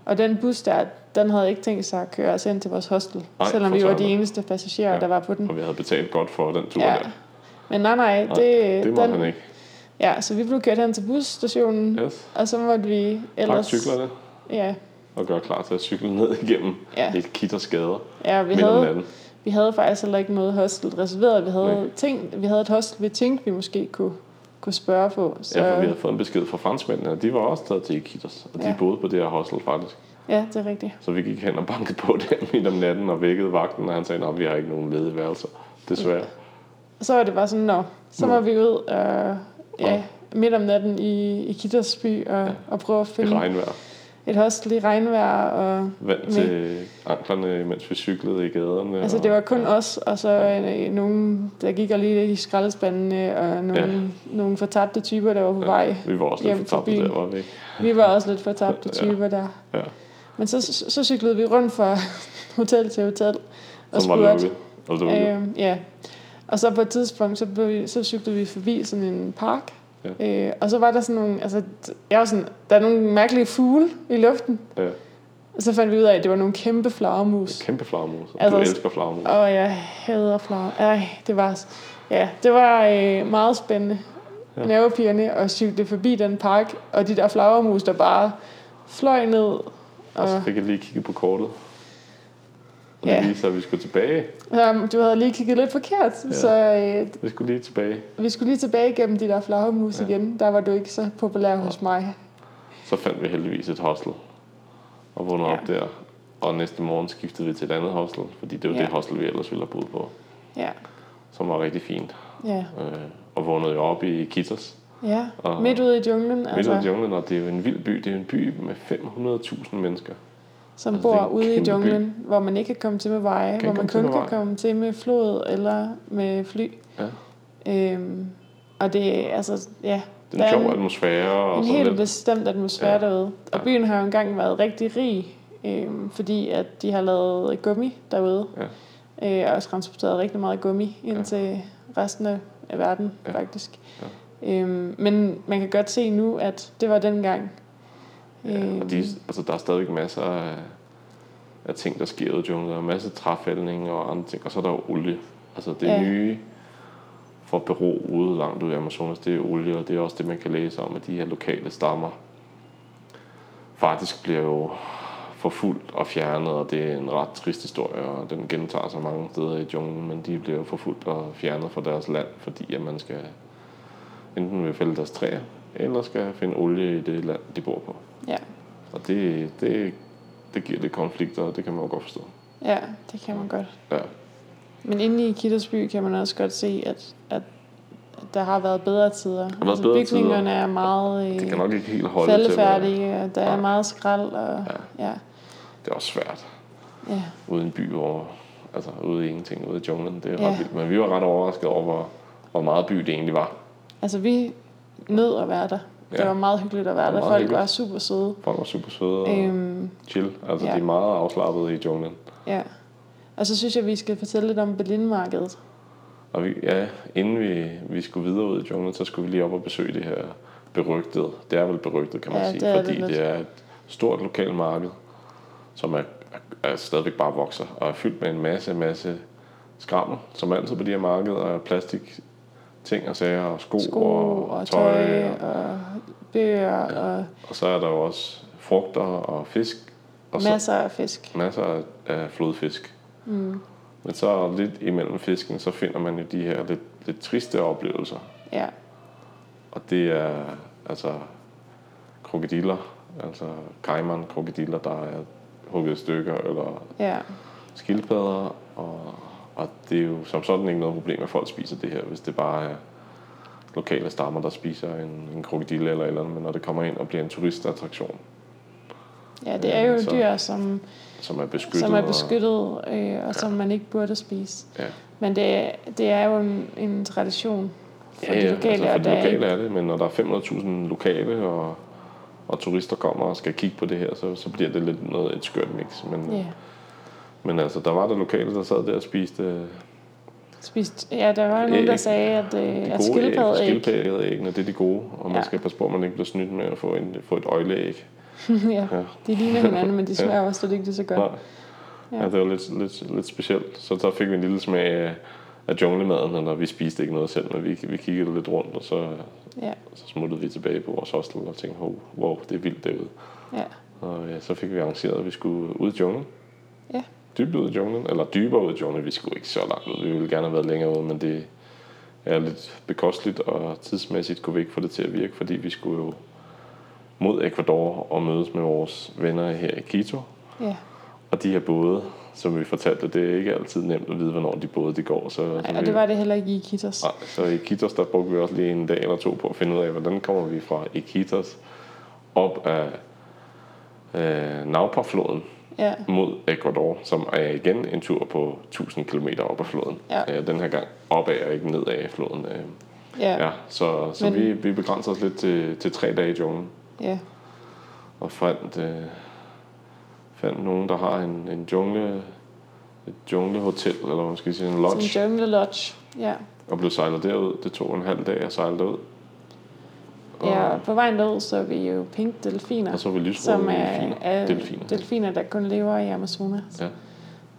Speaker 2: og den bus der, den havde ikke tænkt sig at køre os ind til vores hostel,
Speaker 1: Nej,
Speaker 2: selvom
Speaker 1: for
Speaker 2: vi var de
Speaker 1: søren.
Speaker 2: eneste passagerer, ja.
Speaker 1: Ja.
Speaker 2: der var på den.
Speaker 1: Og vi havde betalt godt for den tur
Speaker 2: Ja.
Speaker 1: der.
Speaker 2: Men nej, nej, det,
Speaker 1: Nej, det må
Speaker 2: den,
Speaker 1: den... han ikke.
Speaker 2: Ja, så vi blev kørt hen til busstationen, ja.
Speaker 1: Yes.
Speaker 2: og så måtte vi
Speaker 1: Pak
Speaker 2: ellers...
Speaker 1: cyklerne
Speaker 2: Ja,
Speaker 1: og gør klar til at cykle ned igennem
Speaker 2: Ja.
Speaker 1: ja. et kit og skader
Speaker 2: ja vi,
Speaker 1: midt om
Speaker 2: havde,
Speaker 1: natten.
Speaker 2: vi havde faktisk heller ikke noget hostel reserveret. Vi havde,
Speaker 1: Nej.
Speaker 2: tænkt, vi havde et hostel, vi tænkte, vi måske kunne, kunne spørge på. Så,
Speaker 1: Ja, for vi havde fået en besked fra franskmændene, og de var også taget til Iquitos, og de
Speaker 2: Ja.
Speaker 1: ja. boede på det her hostel faktisk.
Speaker 2: ja, det er rigtigt.
Speaker 1: Så vi gik hen og bankede på <laughs> det midt om natten og vækkede vagten, og han sagde, at vi har ikke nogen ledige værelser, desværre.
Speaker 2: Og så var det bare sådan, nå, så må
Speaker 1: Nu.
Speaker 2: vi ud øh, ja,
Speaker 1: Ja.
Speaker 2: midt om natten i, i Kittersby og, ja. og prøve at
Speaker 1: I
Speaker 2: finde
Speaker 1: regnvejr.
Speaker 2: et hostel i regnvejr. Og,
Speaker 1: Vand til anklerne, mens vi cyklede i gaderne.
Speaker 2: Altså,
Speaker 1: og-
Speaker 2: det var kun
Speaker 1: ja.
Speaker 2: ja. os, og så øh, nogen, der gik og lige i skraldespandene, og nogle, ja. nogle fortabte typer, der var på ja. vej.
Speaker 1: Vi var også lidt
Speaker 2: hjem fra
Speaker 1: fortabte
Speaker 2: byen.
Speaker 1: der, var vi ikke?
Speaker 2: Vi var også lidt fortabte
Speaker 1: Ja.
Speaker 2: typer der.
Speaker 1: Ja.
Speaker 2: Men så, så, så cyklede vi rundt fra hotel til hotel og
Speaker 1: Som var
Speaker 2: spurgte.
Speaker 1: lukket. Og det var øh,
Speaker 2: Øh, ja. Og så på et tidspunkt, så, blev vi, så cyklede vi forbi sådan en park. Ja. Øh, og så var der sådan nogle, altså, jeg var sådan, der er nogle mærkelige fugle i luften.
Speaker 1: ja.
Speaker 2: Og så fandt vi ud af, at det var nogle kæmpe flagermus.
Speaker 1: kæmpe flagmus.
Speaker 2: Altså,
Speaker 1: Altså, du elsker flagmus.
Speaker 2: Og jeg hader flager. Ej, det var, ja, det var øh, meget spændende. Ja.
Speaker 1: Ja.
Speaker 2: Nervepigerne og cykle forbi den park, og de der flagermus, der bare fløj ned.
Speaker 1: Og så
Speaker 2: Og,
Speaker 1: fik jeg Altså, lige kigget på kortet. Og det
Speaker 2: Ja.
Speaker 1: ja. viste sig, at vi skulle tilbage.
Speaker 2: ja, du havde lige kigget lidt forkert, ja.
Speaker 1: Ja.
Speaker 2: så øh,
Speaker 1: Vi skulle lige tilbage.
Speaker 2: vi skulle lige tilbage igennem de der flagermus ja.
Speaker 1: Ja.
Speaker 2: igen. Der var du ikke så populær hos mig.
Speaker 1: Så fandt vi heldigvis et hostel. Og vågnede
Speaker 2: Ja.
Speaker 1: ja. op der. Og næste morgen skiftede vi til et andet hostel. Fordi det var
Speaker 2: Ja.
Speaker 1: ja. det hostel, vi ellers ville have boet på.
Speaker 2: Ja,
Speaker 1: Som var rigtig fint.
Speaker 2: ja,
Speaker 1: Øh, og vågnede jo op i Kitas.
Speaker 2: ja.
Speaker 1: Og-
Speaker 2: Midt ude i junglen,
Speaker 1: Altså. Midt i
Speaker 2: altså,
Speaker 1: junglen, og det er jo en vild by. Det er jo en by med 500.000 mennesker.
Speaker 2: som
Speaker 1: altså, det er
Speaker 2: bor
Speaker 1: en
Speaker 2: ude i
Speaker 1: kæmpe by.
Speaker 2: junglen, hvor man ikke kan komme til med veje,
Speaker 1: Kan
Speaker 2: hvor
Speaker 1: ikke komme
Speaker 2: man
Speaker 1: til
Speaker 2: kun
Speaker 1: med
Speaker 2: kan
Speaker 1: vej.
Speaker 2: komme til med flod eller med fly.
Speaker 1: Ja.
Speaker 2: Øhm, og det er altså, ja,
Speaker 1: Den
Speaker 2: Der er
Speaker 1: er
Speaker 2: en-
Speaker 1: sjov atmosfære. Og
Speaker 2: en
Speaker 1: sådan
Speaker 2: helt
Speaker 1: lidt.
Speaker 2: bestemt atmosfære ja.
Speaker 1: Ja.
Speaker 2: derude. Og
Speaker 1: Ja.
Speaker 2: byen har jo engang været rigtig rig, øhm, fordi at de har lavet gummi derude. Ja. Øh, og også transporteret rigtig meget gummi ind ja.
Speaker 1: Ja.
Speaker 2: til resten af af verden, ja.
Speaker 1: Ja.
Speaker 2: faktisk. Ja. Øhm, men man kan godt se nu, at det var dengang. Øhm,
Speaker 1: Ja, og de, altså, der er stadigvæk masser af, af ting, der sker ude i junglen. Der er masser af træfældning og andre ting. Og så er der jo olie. Altså det
Speaker 2: Ja.
Speaker 1: ja. nye for Peru ude langt ude i Amazonas, det er olie, og det er også det, man kan læse om, at de her lokale stammer faktisk bliver jo forfulgt og fjernet, og det er en ret trist historie, og den gentager sig mange steder i junglen, men de bliver jo forfulgt og fjernet fra deres land, fordi at man skal enten vil fælde deres træer, eller skal finde olie i det land, de bor på.
Speaker 2: Ja.
Speaker 1: Og det, det, det giver lidt konflikter, og det kan man jo godt forstå.
Speaker 2: ja, det kan man godt.
Speaker 1: Ja,
Speaker 2: Men inde i Kittersby kan man også godt se, at, at der har været bedre tider. Altså,
Speaker 1: været bedre tider.
Speaker 2: bygningerne er meget... Øh,
Speaker 1: det kan nok ikke helt holde til.
Speaker 2: faldefærdige, og der er
Speaker 1: Nej.
Speaker 2: meget skrald, og ja, ja,
Speaker 1: Det er også svært
Speaker 2: ja,
Speaker 1: ude i en by, hvor, altså ude i ingenting, ude i junglen. Det er
Speaker 2: Ja.
Speaker 1: ret vildt. Men vi var ret overrasket over, hvor, hvor meget by det egentlig var.
Speaker 2: altså vi nød at være der. Det
Speaker 1: Ja.
Speaker 2: var meget hyggeligt at være
Speaker 1: Det var
Speaker 2: der.
Speaker 1: meget
Speaker 2: Folk
Speaker 1: hyggeligt.
Speaker 2: var super søde.
Speaker 1: Folk var super søde og
Speaker 2: Øhm,
Speaker 1: chill. Altså,
Speaker 2: ja.
Speaker 1: ja. de er meget afslappede i junglen.
Speaker 2: ja. Og så synes jeg, vi skal fortælle lidt om Berlinmarkedet.
Speaker 1: Og vi, ja, inden vi, vi skulle videre ud i junglen, så skulle vi lige op og besøge det her berygtede. Det er vel berygtet, kan man
Speaker 2: Ja,
Speaker 1: sige,
Speaker 2: det er det
Speaker 1: fordi
Speaker 2: lidt.
Speaker 1: det er et stort lokalt marked, som er, er, er stadigvæk bare vokser og er fyldt med en masse, masse skrammel, som altid på de her markeder, og plastik ting og sager, og sko,
Speaker 2: Sko
Speaker 1: og,
Speaker 2: og
Speaker 1: tøj.
Speaker 2: tøj
Speaker 1: Og,
Speaker 2: og bøger
Speaker 1: Ja.
Speaker 2: og
Speaker 1: og så er der jo også frugter og fisk, og så
Speaker 2: masser af fisk.
Speaker 1: masser af- af flodfisk.
Speaker 2: Mm,
Speaker 1: Men så lidt imellem fisken, så finder man jo de her lidt, lidt triste oplevelser.
Speaker 2: ja,
Speaker 1: Og det er altså krokodiller, altså kajman krokodiller, der er hugget i stykker, eller
Speaker 2: ja,
Speaker 1: skildpadder, og, og det er jo som sådan ikke noget problem, at folk spiser det her, hvis det bare er lokale stammer, der spiser en, en krokodille eller et eller andet, men når det kommer ind og bliver en turistattraktion,
Speaker 2: ja, det
Speaker 1: Ja,
Speaker 2: er jo
Speaker 1: Øh, så-
Speaker 2: dyr, som,
Speaker 1: som er beskyttet.
Speaker 2: som er beskyttet, øh, og som man ikke burde spise.
Speaker 1: Og, ja.
Speaker 2: Men det, det er jo en, en tradition for
Speaker 1: ja,
Speaker 2: de
Speaker 1: ja,
Speaker 2: lokale,
Speaker 1: altså
Speaker 2: og
Speaker 1: for
Speaker 2: der
Speaker 1: de
Speaker 2: er ikke-
Speaker 1: lokale er det, men når der er 500.000 lokale, og, og turister kommer og skal kigge på det her, så, så bliver det lidt noget, et skørt mix. Men,
Speaker 2: Ja,
Speaker 1: Men altså, der var der lokale, der sad der og spiste øh,
Speaker 2: Spist, ja, der var jo nogen, der
Speaker 1: Æg.
Speaker 2: sagde, at, øh, at
Speaker 1: gode æg,
Speaker 2: skildpadde ikke.
Speaker 1: skildpaddeæggene, det er de gode, og man
Speaker 2: Ja.
Speaker 1: skal passe på, at man ikke bliver snydt med at få, en, få et øjleæg.
Speaker 2: <laughs> ja,
Speaker 1: Ja.
Speaker 2: de ligner hinanden, men de smager også slet ikke det så godt.
Speaker 1: Nej.
Speaker 2: Ja.
Speaker 1: Ja. ja, det var lidt, lidt, lidt specielt. Så der fik vi en lille smag af, af junglemaden, eller vi spiste ikke noget selv, men vi, vi kiggede lidt rundt, og så,
Speaker 2: Ja,
Speaker 1: så smuttede vi tilbage på vores hostel og tænkte, oh, wow, det er vildt derude.
Speaker 2: ja.
Speaker 1: Og ja, så fik vi arrangeret, at vi skulle ud i junglen.
Speaker 2: Ja.
Speaker 1: Dybt ud i junglen, eller dybere ud i junglen. Vi skulle ikke så langt ud. Vi ville gerne have været længere ud, men det er lidt bekosteligt, og tidsmæssigt kunne vi ikke få det til at virke, fordi vi skulle jo mod Ecuador og mødes med vores venner her i Quito.
Speaker 2: ja.
Speaker 1: Og de her både, som vi fortalte, det er ikke altid nemt at vide, hvornår de både de går. Så, så
Speaker 2: Ej, og
Speaker 1: Altså, vi-
Speaker 2: det var det heller ikke i Kitos.
Speaker 1: Nej, så i Iquitos, der brugte vi også lige en dag eller to på at finde ud af, hvordan kommer vi fra Iquitos op af øh, Naupa-floden
Speaker 2: Ja,
Speaker 1: mod Ecuador, som er igen en tur på 1000 km op ad floden.
Speaker 2: Ja.
Speaker 1: Øh, den her gang opad og ikke nedad af floden. Øh.
Speaker 2: ja,
Speaker 1: Ja.
Speaker 2: ja.
Speaker 1: ja, så, så
Speaker 2: Men-
Speaker 1: vi, vi begrænser os lidt til, til tre dage i junglen
Speaker 2: ja.
Speaker 1: og fandt, øh, fandt nogen, der har en, en jungle, et junglehotel, eller hvad man skal sige, en
Speaker 2: Sådan
Speaker 1: lodge,
Speaker 2: en jungle lodge. Ja.
Speaker 1: og blev sejlet derud. Det tog en halv dag at sejle derud.
Speaker 2: ja, og på vejen derud så vi jo pink delfiner,
Speaker 1: Og så var
Speaker 2: som
Speaker 1: lysrådende
Speaker 2: er,
Speaker 1: delfiner.
Speaker 2: er
Speaker 1: delfiner.
Speaker 2: delfiner, der kun lever i Amazonas.
Speaker 1: Ja.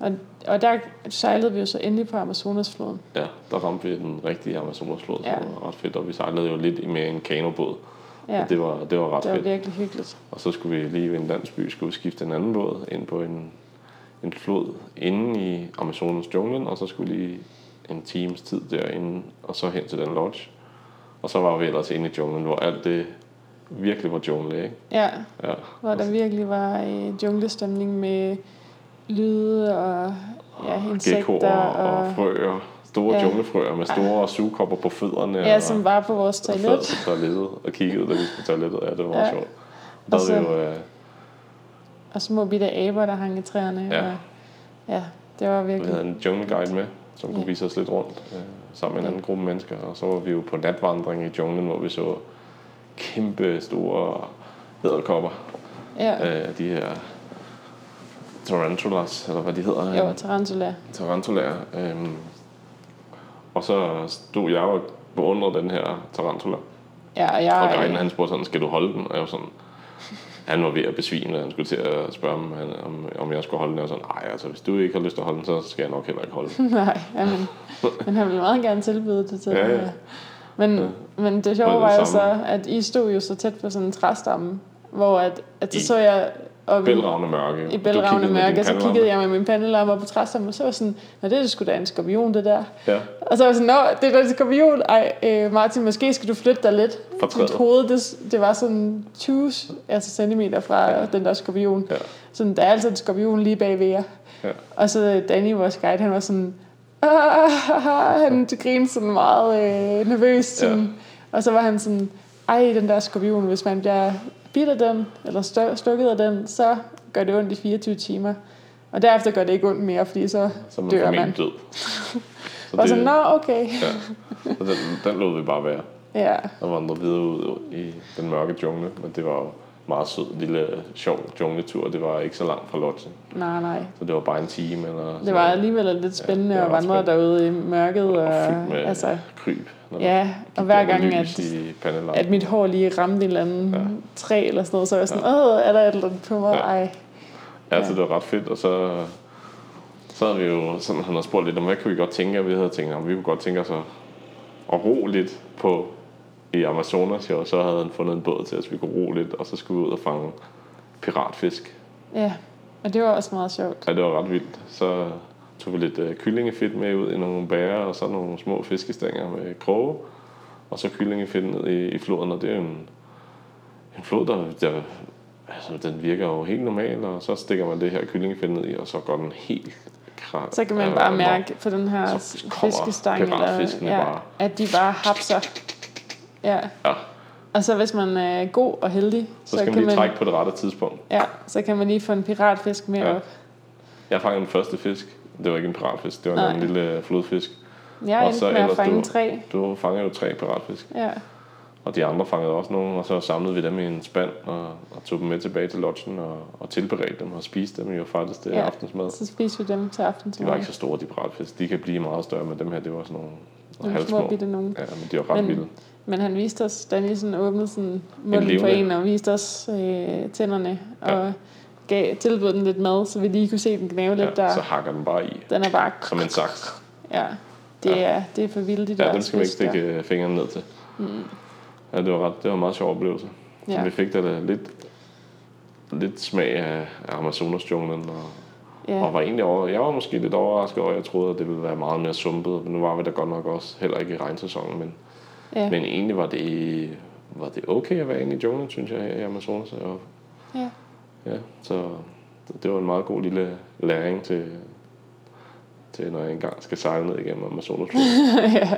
Speaker 2: Og, og der sejlede vi jo så endelig på Amazonasfloden.
Speaker 1: Ja, der ramte vi den rigtige Amazonasflod, ja.
Speaker 2: Ja.
Speaker 1: som var ret fedt. Og vi sejlede jo lidt med en kanobåd, ja.
Speaker 2: Ja,
Speaker 1: og det var, det var ret
Speaker 2: det var
Speaker 1: fedt.
Speaker 2: virkelig hyggeligt.
Speaker 1: Og så skulle vi lige ved en landsby, skulle vi skifte en anden båd ind på en, en flod inde i Amazonas junglen, og så skulle vi lige en times tid derinde, og så hen til den lodge. Og så var vi ellers inde i junglen, hvor alt det virkelig var jungle, ikke?
Speaker 2: Ja,
Speaker 1: Ja,
Speaker 2: hvor der virkelig var øh, junglestemning med lyde og ja,
Speaker 1: geckoer
Speaker 2: insekter.
Speaker 1: og, og frøer. Store
Speaker 2: Ja.
Speaker 1: ja. junglefrøer med store sugekopper på fødderne.
Speaker 2: ja,
Speaker 1: og-
Speaker 2: som var på vores
Speaker 1: og
Speaker 2: toilet.
Speaker 1: sad på toilettet og kiggede, da vi skulle på toilettet. Ja, det var meget
Speaker 2: Ja.
Speaker 1: ja. sjovt. Der
Speaker 2: Og
Speaker 1: havde
Speaker 2: så-
Speaker 1: vi jo, øh,
Speaker 2: Og små bitte aber, der hang i træerne.
Speaker 1: Ja.
Speaker 2: Og, ja, det var
Speaker 1: vi
Speaker 2: virkelig...
Speaker 1: havde en jungle guide med, som kunne
Speaker 2: Ja.
Speaker 1: vise os lidt rundt øh, sammen med en
Speaker 2: Ja.
Speaker 1: anden gruppe mennesker. Og så var vi jo på natvandring i junglen, hvor vi så kæmpe store æderkopper.
Speaker 2: Ja,
Speaker 1: Øh, de her tarantulas, eller hvad de hedder. øh,
Speaker 2: jo, tarantula.
Speaker 1: tarantulaer. Øhm, og så stod jeg og beundrede den her tarantula.
Speaker 2: Ja, og
Speaker 1: Og
Speaker 2: jeg,
Speaker 1: guiden han spurgte sådan, skal du holde den? Og jeg var sådan, han var ved at besvime, da han skulle til at spørge, om, han, om, om jeg skulle holde den. Og jeg var sådan, nej, altså hvis du ikke har lyst til at holde den, så skal jeg nok heller ikke holde
Speaker 2: <laughs>
Speaker 1: den.
Speaker 2: Nej, ja, men, men han ville meget gerne tilbyde det til
Speaker 1: Ja,
Speaker 2: dig,
Speaker 1: ja.
Speaker 2: Men, ja. men det sjove
Speaker 1: det
Speaker 2: var jo så,
Speaker 1: samme.
Speaker 2: at I stod jo så tæt på sådan en træstamme, hvor at, at så
Speaker 1: I
Speaker 2: så jeg op i,
Speaker 1: Bælragende mørke.
Speaker 2: i
Speaker 1: Du
Speaker 2: bælragende
Speaker 1: kiggede med
Speaker 2: mørke,
Speaker 1: din
Speaker 2: og så
Speaker 1: pandelampe.
Speaker 2: kiggede jeg med min pandelampe op på træstammen, og så var jeg sådan, Nå, det er sgu da en skorpion, det der.
Speaker 1: Ja,
Speaker 2: Og så var jeg sådan, nå, det er da en skorpion. Ej, øh, Martin, måske skal du flytte dig lidt.
Speaker 1: Fortræder.
Speaker 2: Dit hoved, det, det var sådan 20 altså centimeter fra ja. den der skorpion.
Speaker 1: ja.
Speaker 2: Sådan, der er altså en skorpion lige bagved jer.
Speaker 1: Ja.
Speaker 2: Og så øh, Danny, vores guide, han var sådan... "Ah," Han grinede sådan meget øh, nervøst. Sådan.
Speaker 1: Ja.
Speaker 2: Og så var han sådan... Ej, den der skorpion, hvis man bliver bidt af den, eller stø- stukket af den, så gør det ondt i 24 timer. Og derefter gør det ikke ondt mere, fordi så,
Speaker 1: Så er man
Speaker 2: dør man. <laughs>
Speaker 1: formentlig død. Så
Speaker 2: var sådan, nå, okay.
Speaker 1: ja. Så den, den lod vi bare være
Speaker 2: Ja,
Speaker 1: og vandrede videre ud i den mørke jungle. Men det var jo meget sød, lille, sjov jungletur. Det var ikke så langt fra lodgen.
Speaker 2: nej, nej.
Speaker 1: Så det var bare en time eller sådan
Speaker 2: Det var alligevel lidt spændende
Speaker 1: det
Speaker 2: ja,
Speaker 1: var
Speaker 2: at
Speaker 1: ret
Speaker 2: vandre derude i mørket. Og,
Speaker 1: Og fyldt med
Speaker 2: altså,
Speaker 1: kryb. når der
Speaker 2: ja, og
Speaker 1: gik
Speaker 2: hver
Speaker 1: over
Speaker 2: gang,
Speaker 1: lys
Speaker 2: at,
Speaker 1: i pandelampen.
Speaker 2: at mit hår lige ramte en eller anden
Speaker 1: Ja.
Speaker 2: træ eller sådan noget, så var jeg sådan, åh, er der et eller andet på mig?
Speaker 1: Ja.
Speaker 2: Ej.
Speaker 1: Ja, så det var ret fedt, og så, så havde vi jo sådan, han havde spurgt lidt om, hvad kunne vi godt tænke, og vi havde tænkt, om vi kunne godt tænke os at, at ro lidt på i Amazonas, jo, og så havde han fundet en båd til os, vi kunne ro lidt, og så skulle vi ud og fange piratfisk.
Speaker 2: Ja, og det var også meget sjovt.
Speaker 1: Ja, det var ret vildt. Så tog vi lidt øh, kyllingefedt med ud i nogle bærer, og så nogle små fiskestænger med kroge, og så kyllingefedt ned i, i floden, og det er jo en, en flod, der, der altså, den virker jo helt normal, og så stikker man det her kyllingefedt ned i, og så går den helt krat.
Speaker 2: Så kan man bare mærke på den her
Speaker 1: Så kommer
Speaker 2: fiskestang, eller,
Speaker 1: piratfiskene
Speaker 2: ja,
Speaker 1: bare.
Speaker 2: at de bare hapser. Ja.
Speaker 1: Ja.
Speaker 2: Og så hvis man er god og heldig,
Speaker 1: Så skal man lige trække på det rette tidspunkt.
Speaker 2: ja, så kan man lige få en piratfisk med
Speaker 1: Ja.
Speaker 2: op.
Speaker 1: Jeg fangede den første fisk. Det var ikke en piratfisk, det var en
Speaker 2: Nej.
Speaker 1: lille øh, flodfisk.
Speaker 2: Jeg
Speaker 1: Og
Speaker 2: endte
Speaker 1: så
Speaker 2: med at
Speaker 1: ellers
Speaker 2: fange
Speaker 1: du-
Speaker 2: tre.
Speaker 1: Du fangede jo tre piratfisk.
Speaker 2: Ja.
Speaker 1: Og de andre fangede også nogen, og så samlede vi dem i en spand og, og tog dem med tilbage til lodgen og, og tilberedte dem og spiste dem jo faktisk det
Speaker 2: Ja.
Speaker 1: ja. aftensmad.
Speaker 2: Så spiser vi dem til
Speaker 1: De var
Speaker 2: aftensmad.
Speaker 1: ikke så store, de bratfisk. De kan blive meget større, men dem her, det var sådan nogle, nogle
Speaker 2: Nogle små
Speaker 1: halvsmå.
Speaker 2: bitte nogen.
Speaker 1: Ja, men de var ret
Speaker 2: Men-
Speaker 1: vilde.
Speaker 2: Men han viste os, Danny sådan åbnede sådan munden på
Speaker 1: levende.
Speaker 2: en og viste os øh, tænderne.
Speaker 1: Ja.
Speaker 2: Og gav, tilbød den lidt mad, så vi lige kunne se den gnave lidt ja, der.
Speaker 1: Ja, så hakker den bare i,
Speaker 2: Den er bare...
Speaker 1: som en saks.
Speaker 2: Ja, det,
Speaker 1: Ja.
Speaker 2: Er, det er for vildt, de der
Speaker 1: Ja, den skal man ikke
Speaker 2: spids der.
Speaker 1: stikke øh, fingrene ned til. Ja, det var, ret, det var en meget sjov oplevelse. Ja. Så
Speaker 2: Mm. Ja,
Speaker 1: vi fik da da lidt, lidt smag af af Amazonas-junglen, og, ja. og
Speaker 2: ja.
Speaker 1: var egentlig over, jeg var måske lidt overrasket over, jeg troede, at det ville være meget mere sumpet, men nu var vi da godt nok også, heller ikke i regnsæsonen, men,
Speaker 2: ja.
Speaker 1: ja. men egentlig var det, var det okay at være inde i junglen, synes jeg, her i Amazonas, og
Speaker 2: ja.
Speaker 1: ja, så det var en meget god lille læring til, til når jeg engang skal sejle ned igennem <laughs> Amazonas.
Speaker 2: <laughs> ja.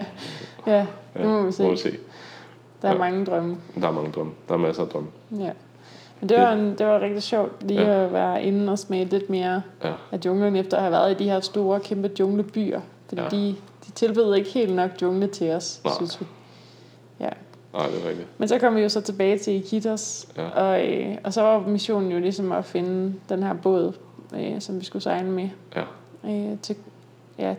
Speaker 2: ja.
Speaker 1: Ja,
Speaker 2: Nu må vi
Speaker 1: må
Speaker 2: se.
Speaker 1: vi se.
Speaker 2: Der er
Speaker 1: Ja.
Speaker 2: mange drømme.
Speaker 1: Der er mange drømme. Der er masser af drømme.
Speaker 2: Ja. Men det var, en, det var rigtig sjovt lige
Speaker 1: Ja.
Speaker 2: at være inde og smage lidt mere
Speaker 1: Ja.
Speaker 2: af junglen, efter at have været i de her store, kæmpe junglebyer. Fordi
Speaker 1: Ja.
Speaker 2: de, de tilbød ikke helt nok jungle til os,
Speaker 1: Nej.
Speaker 2: synes vi. Ja.
Speaker 1: Nej, det er rigtigt.
Speaker 2: Men så kom vi jo så tilbage til Iquitos,
Speaker 1: Ja.
Speaker 2: og, øh, og så var missionen jo ligesom at finde den her båd, øh, som vi skulle sejle med.
Speaker 1: Ja.
Speaker 2: Øh, til, ja,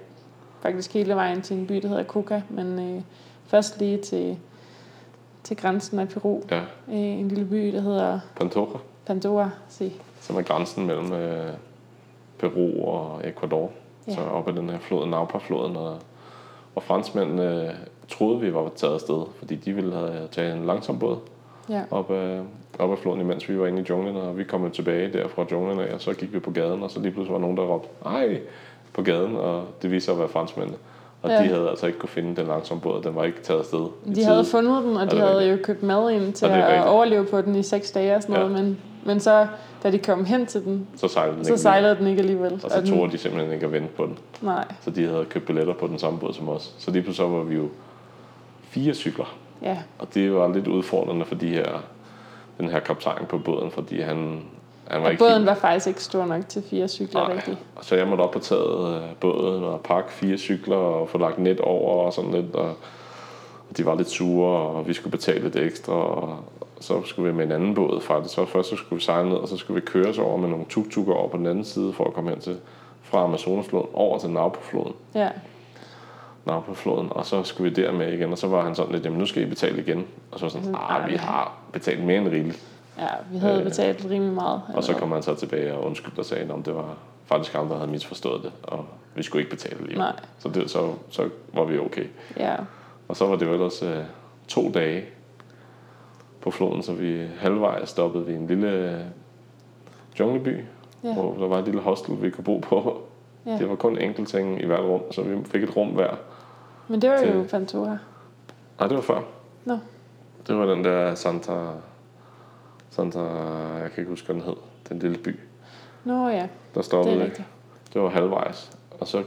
Speaker 2: faktisk hele vejen til en by, der hedder Coca, men øh, først lige til, til grænsen af Peru.
Speaker 1: Ja.
Speaker 2: Øh, en lille by, der hedder
Speaker 1: Pantoja,
Speaker 2: Pandora. Se.
Speaker 1: som er grænsen mellem øh, Peru og Ecuador.
Speaker 2: Ja.
Speaker 1: Ja. Så op ad den her flod, Naupa-floden. Og, og franskmændene øh, troede, vi var taget afsted, fordi de ville have taget en langsom båd
Speaker 2: Ja,
Speaker 1: op ad, op ad floden, imens vi var inde i junglen. Og vi kom jo tilbage der fra junglen af, og så gik vi på gaden, og så lige pludselig var nogen, der råbte, ej, på gaden, og det viste sig at være franskmændene. Og
Speaker 2: Ja.
Speaker 1: ja. de havde altså ikke kunne finde den langsomme båd, den var ikke taget afsted. i
Speaker 2: de havde
Speaker 1: tide.
Speaker 2: fundet den, og
Speaker 1: det
Speaker 2: de
Speaker 1: er
Speaker 2: havde jo købt mad ind til
Speaker 1: Ja, det er
Speaker 2: at
Speaker 1: rigtigt.
Speaker 2: overleve på den i seks dage og sådan
Speaker 1: Ja.
Speaker 2: noget, men, men så, da de kom hen til den,
Speaker 1: Så sejlede den
Speaker 2: så
Speaker 1: ikke videre.
Speaker 2: sejlede den ikke alligevel.
Speaker 1: Og så
Speaker 2: den-
Speaker 1: tog de simpelthen ikke at vente på den.
Speaker 2: Nej,
Speaker 1: Så de havde købt billetter på den samme båd som os. Så lige pludselig var vi jo fire cykler.
Speaker 2: ja,
Speaker 1: Og det var lidt udfordrende for de her, den her kaptajn på båden, fordi han, han var
Speaker 2: og
Speaker 1: ikke
Speaker 2: båden
Speaker 1: helt-
Speaker 2: var faktisk ikke stor nok til fire cykler
Speaker 1: Nej.
Speaker 2: rigtigt.
Speaker 1: Og Så jeg måtte op på taget af båden og pakke fire cykler og få lagt net over og sådan lidt. Og, og de var lidt sure, og vi skulle betale lidt ekstra. Og så skulle vi med en anden båd faktisk. Så først så skulle vi sejle ned, og så skulle vi køres over med nogle tuk-tukker over på den anden side for at komme hen til fra Amazonasfloden over til Naupafloden.
Speaker 2: Ja,
Speaker 1: navn på floden, og så skulle vi der med igen, og så var han sådan lidt, jamen nu skal I betale igen. Og så var sådan,
Speaker 2: Sådan,
Speaker 1: ah, vi
Speaker 2: "Ej."
Speaker 1: har betalt mere end rigeligt.
Speaker 2: ja vi havde
Speaker 1: Øh,
Speaker 2: betalt rimelig meget.
Speaker 1: Og så kom han så tilbage og undskyldte og sagde, om det var faktisk ham, der havde misforstået det, og vi skulle ikke betale lige.
Speaker 2: Nej,
Speaker 1: Så, det, så, så var vi okay.
Speaker 2: ja,
Speaker 1: Og så var det jo ellers øh, to dage på floden, så vi halvvejs stoppede ved en lille øh, jungleby,
Speaker 2: ja,
Speaker 1: hvor der var et lille hostel, vi kunne bo på.
Speaker 2: Ja.
Speaker 1: Det var kun enkelt ting i hvert rum, så vi fik et rum hver.
Speaker 2: men det var jo
Speaker 1: det-
Speaker 2: Pantora.
Speaker 1: Nej, det var før.
Speaker 2: Nå.
Speaker 1: Det var den der Santa... Santa... Jeg kan ikke huske, hvad den hed. Den lille by.
Speaker 2: Nå ja,
Speaker 1: Der
Speaker 2: det
Speaker 1: stoppede
Speaker 2: er
Speaker 1: det,
Speaker 2: rigtigt. <laughs>
Speaker 1: det var halvvejs. Og så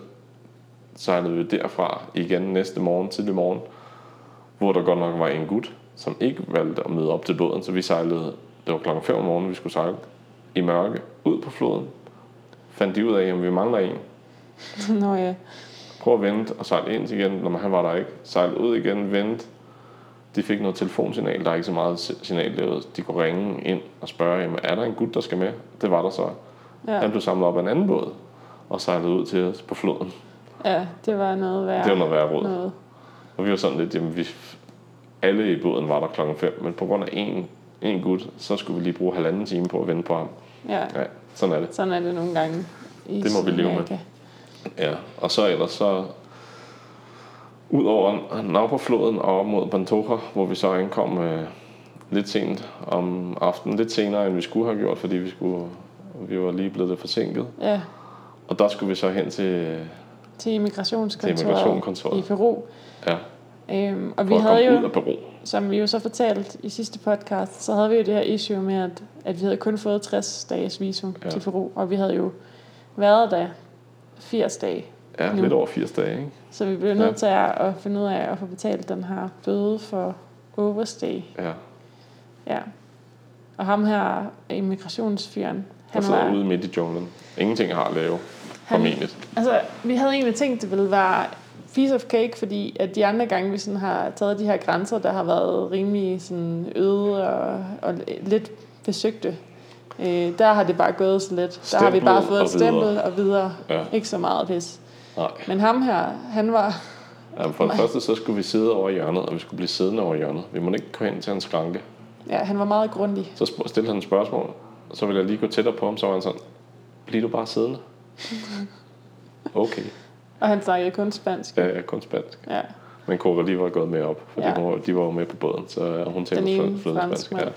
Speaker 1: sejlede vi derfra igen næste morgen, tidlig morgen, hvor der godt nok var en gut, som ikke valgte at møde op til båden, så vi sejlede, det var klokken 5 om morgenen, vi skulle sejle i mørke, ud på floden, fandt de ud af, at vi mangler en.
Speaker 2: Nå ja,
Speaker 1: Prøv at vente og sejle ind igen, når han var der ikke. Sejle ud igen, vente. De fik noget telefonsignal, der er ikke så meget si- signal derude. De kunne ringe ind og spørge, jamen, er der en gut, der skal med? Det var der så. Ja. Han
Speaker 2: ja,
Speaker 1: blev samlet op af en anden båd og sejlede ud til os på floden.
Speaker 2: ja det var noget værd.
Speaker 1: Det var noget værre råd.
Speaker 2: noget.
Speaker 1: Og vi var sådan lidt, jamen vi, alle i båden var der klokken 5, men på grund af en, en gut, så skulle vi lige bruge halvanden time på at vente på ham.
Speaker 2: Ja,
Speaker 1: Ja, sådan er det.
Speaker 2: sådan er det nogle gange. I
Speaker 1: Det må vi leve med.
Speaker 2: Sydamerika.
Speaker 1: Ja, og så ellers så ud over Naupafloden og op mod Pantoja, hvor vi så ankom øh, lidt sent om aftenen, lidt senere end vi skulle have gjort, fordi vi, skulle, vi var lige blevet lidt forsinket.
Speaker 2: Ja,
Speaker 1: Og der skulle vi så hen til,
Speaker 2: til
Speaker 1: til
Speaker 2: immigrationskontoret i
Speaker 1: immigrationskontoret
Speaker 2: Peru.
Speaker 1: ja,
Speaker 2: Øhm, og vi
Speaker 1: for at komme
Speaker 2: havde
Speaker 1: ud
Speaker 2: jo,
Speaker 1: af Peru.
Speaker 2: som vi jo så fortalte i sidste podcast, så havde vi jo det her issue med, at, at vi havde kun fået 60 dages visum ja.
Speaker 1: Ja.
Speaker 2: til Peru, og vi havde jo været der 80 dage.
Speaker 1: Ja,
Speaker 2: Nu.
Speaker 1: lidt over 80 dage, ikke?
Speaker 2: Så vi blev nødt til at at finde ud af at få betalt den her bøde for overstay.
Speaker 1: Ja.
Speaker 2: Ja. Og ham her, immigrationsfyren,
Speaker 1: Han
Speaker 2: han
Speaker 1: sidder
Speaker 2: var...
Speaker 1: ude midt i junglen. Ingenting har at lave,
Speaker 2: Han-
Speaker 1: formentlig.
Speaker 2: Altså, vi havde egentlig tænkt, det ville være piece of cake, fordi at de andre gange, vi sådan har taget de her grænser, der har været rimelig sådan øde og, og lidt besøgte, øh, der har det bare gået så lidt. Der har vi bare
Speaker 1: Stemplet
Speaker 2: fået
Speaker 1: og
Speaker 2: et stempel
Speaker 1: videre.
Speaker 2: og videre.
Speaker 1: Ja.
Speaker 2: Ikke så meget pis.
Speaker 1: Nej.
Speaker 2: Men ham her, han var...
Speaker 1: Jamen, for det første, så skulle vi sidde over i hjørnet, og vi skulle blive siddende over i hjørnet. Vi måtte ikke gå hen til en skranke.
Speaker 2: Ja, han var meget grundig.
Speaker 1: Så sp- stillede han et spørgsmål, og så ville jeg lige gå tættere på ham, så var han sådan, bliv du bare siddende.
Speaker 2: Mm-hmm.
Speaker 1: Okay,
Speaker 2: Og han snakkede kun spansk.
Speaker 1: jeg er kun spansk.
Speaker 2: Ja.
Speaker 1: Men Cora lige var gået med op, fordi
Speaker 2: Ja.
Speaker 1: ja. hun, var- de var jo med på båden, så hun
Speaker 2: Den
Speaker 1: talte
Speaker 2: ene
Speaker 1: flot flydende spansk.
Speaker 2: franskmand.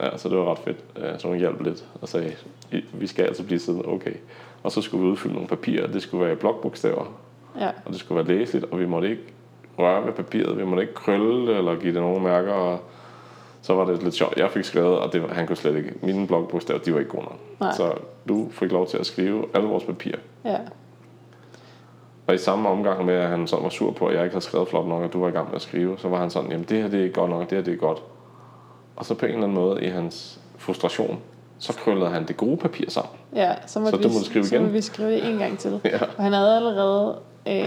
Speaker 1: Ja. Ja, så det var ret fedt. Øh, Så hun hjalp lidt og sagde, "I- vi skal altså blive siddende, okay. Og så skulle vi udfylde nogle papirer, det skulle være i blokbogstaver,
Speaker 2: Ja.
Speaker 1: og det skulle være læseligt, og vi måtte ikke røre ved papiret, vi måtte ikke krølle det eller give det nogle mærker, og så var det lidt sjovt. Jeg fik skrevet, og det var, han kunne slet ikke. Mine blokbogstaver, de var ikke gode nok.
Speaker 2: Nej.
Speaker 1: Så du fik lov til at skrive alle vores papirer.
Speaker 2: Ja.
Speaker 1: Og i samme omgang med, at han sådan var sur på, at jeg ikke havde skrevet flot nok, og du var i gang med at skrive, så var han sådan, jamen det her det er ikke godt nok, det her det er godt. Og så på en eller anden måde i hans frustration, så krøllede han det gode papir sammen. <laughs>
Speaker 2: Ja, så måtte,
Speaker 1: Så det
Speaker 2: vi,
Speaker 1: må du skrive
Speaker 2: så
Speaker 1: igen.
Speaker 2: måtte vi skrive det en gang til.
Speaker 1: Ja.
Speaker 2: Og han havde allerede... Øh,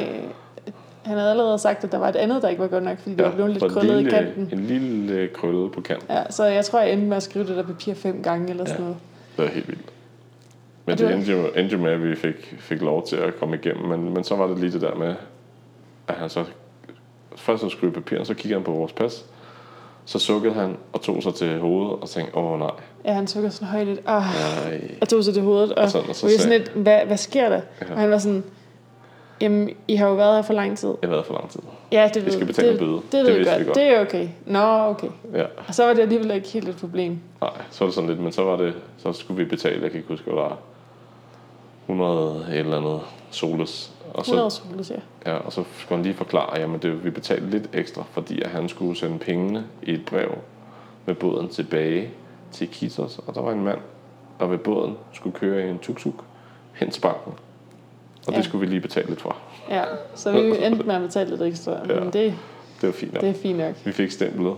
Speaker 2: han havde allerede sagt, at der var et andet, der ikke var godt nok, fordi det var blevet
Speaker 1: og
Speaker 2: lidt krøllet
Speaker 1: lille,
Speaker 2: i kanten.
Speaker 1: En lille krølle på kanten.
Speaker 2: Ja, så jeg tror, jeg endte med at skrive det der papir fem gange eller sådan
Speaker 1: Ja.
Speaker 2: noget.
Speaker 1: Det var helt vildt.
Speaker 2: Og
Speaker 1: Men
Speaker 2: det
Speaker 1: det
Speaker 2: var-
Speaker 1: endte jo, endte jo med, at vi fik, fik lov til at komme igennem. Men, men så var det lige det der med, at han så først så skrev papiret, så kiggede han på vores pas. Så sukkede han og tog sig til hovedet og tænkte, åh nej,
Speaker 2: Ja, han sukker sådan højt lidt. Ah,
Speaker 1: nej.
Speaker 2: og tog sig til hovedet. Og, og,
Speaker 1: Og
Speaker 2: så,
Speaker 1: sådan, og Altså, så
Speaker 2: vi var
Speaker 1: sagde-
Speaker 2: sådan lidt, hvad, hvad sker der? Ja.
Speaker 1: Ja.
Speaker 2: Og han var sådan, jamen, I har jo været her for lang tid.
Speaker 1: Det har været for lang tid.
Speaker 2: Ja, det ved
Speaker 1: Vi skal betale
Speaker 2: det,
Speaker 1: en bøde.
Speaker 2: Det,
Speaker 1: Det
Speaker 2: ved jeg
Speaker 1: vidste
Speaker 2: godt.
Speaker 1: vi godt.
Speaker 2: Det er okay. Nå, okay.
Speaker 1: Ja,
Speaker 2: Og så var det alligevel ikke helt et problem.
Speaker 1: nej, så var det sådan lidt, men så var det, så skulle vi betale, jeg kan ikke huske, hvad der var 100 et eller andet soles. Og
Speaker 2: 100
Speaker 1: så,
Speaker 2: skolus, ja.
Speaker 1: ja, og så skulle han lige forklare, jamen det, vi betalte lidt ekstra, fordi at han skulle sende pengene i et brev med båden tilbage til Kitos, og der var en mand, der ved båden skulle køre i en tuk-tuk hen til banken. Og ja.
Speaker 2: Ja.
Speaker 1: det skulle vi lige betale lidt fra.
Speaker 2: Ja, så vi endte med at betale lidt ekstra. Ja. Men det,
Speaker 1: Det var fint. nok.
Speaker 2: det er fint nok.
Speaker 1: Vi fik stemplet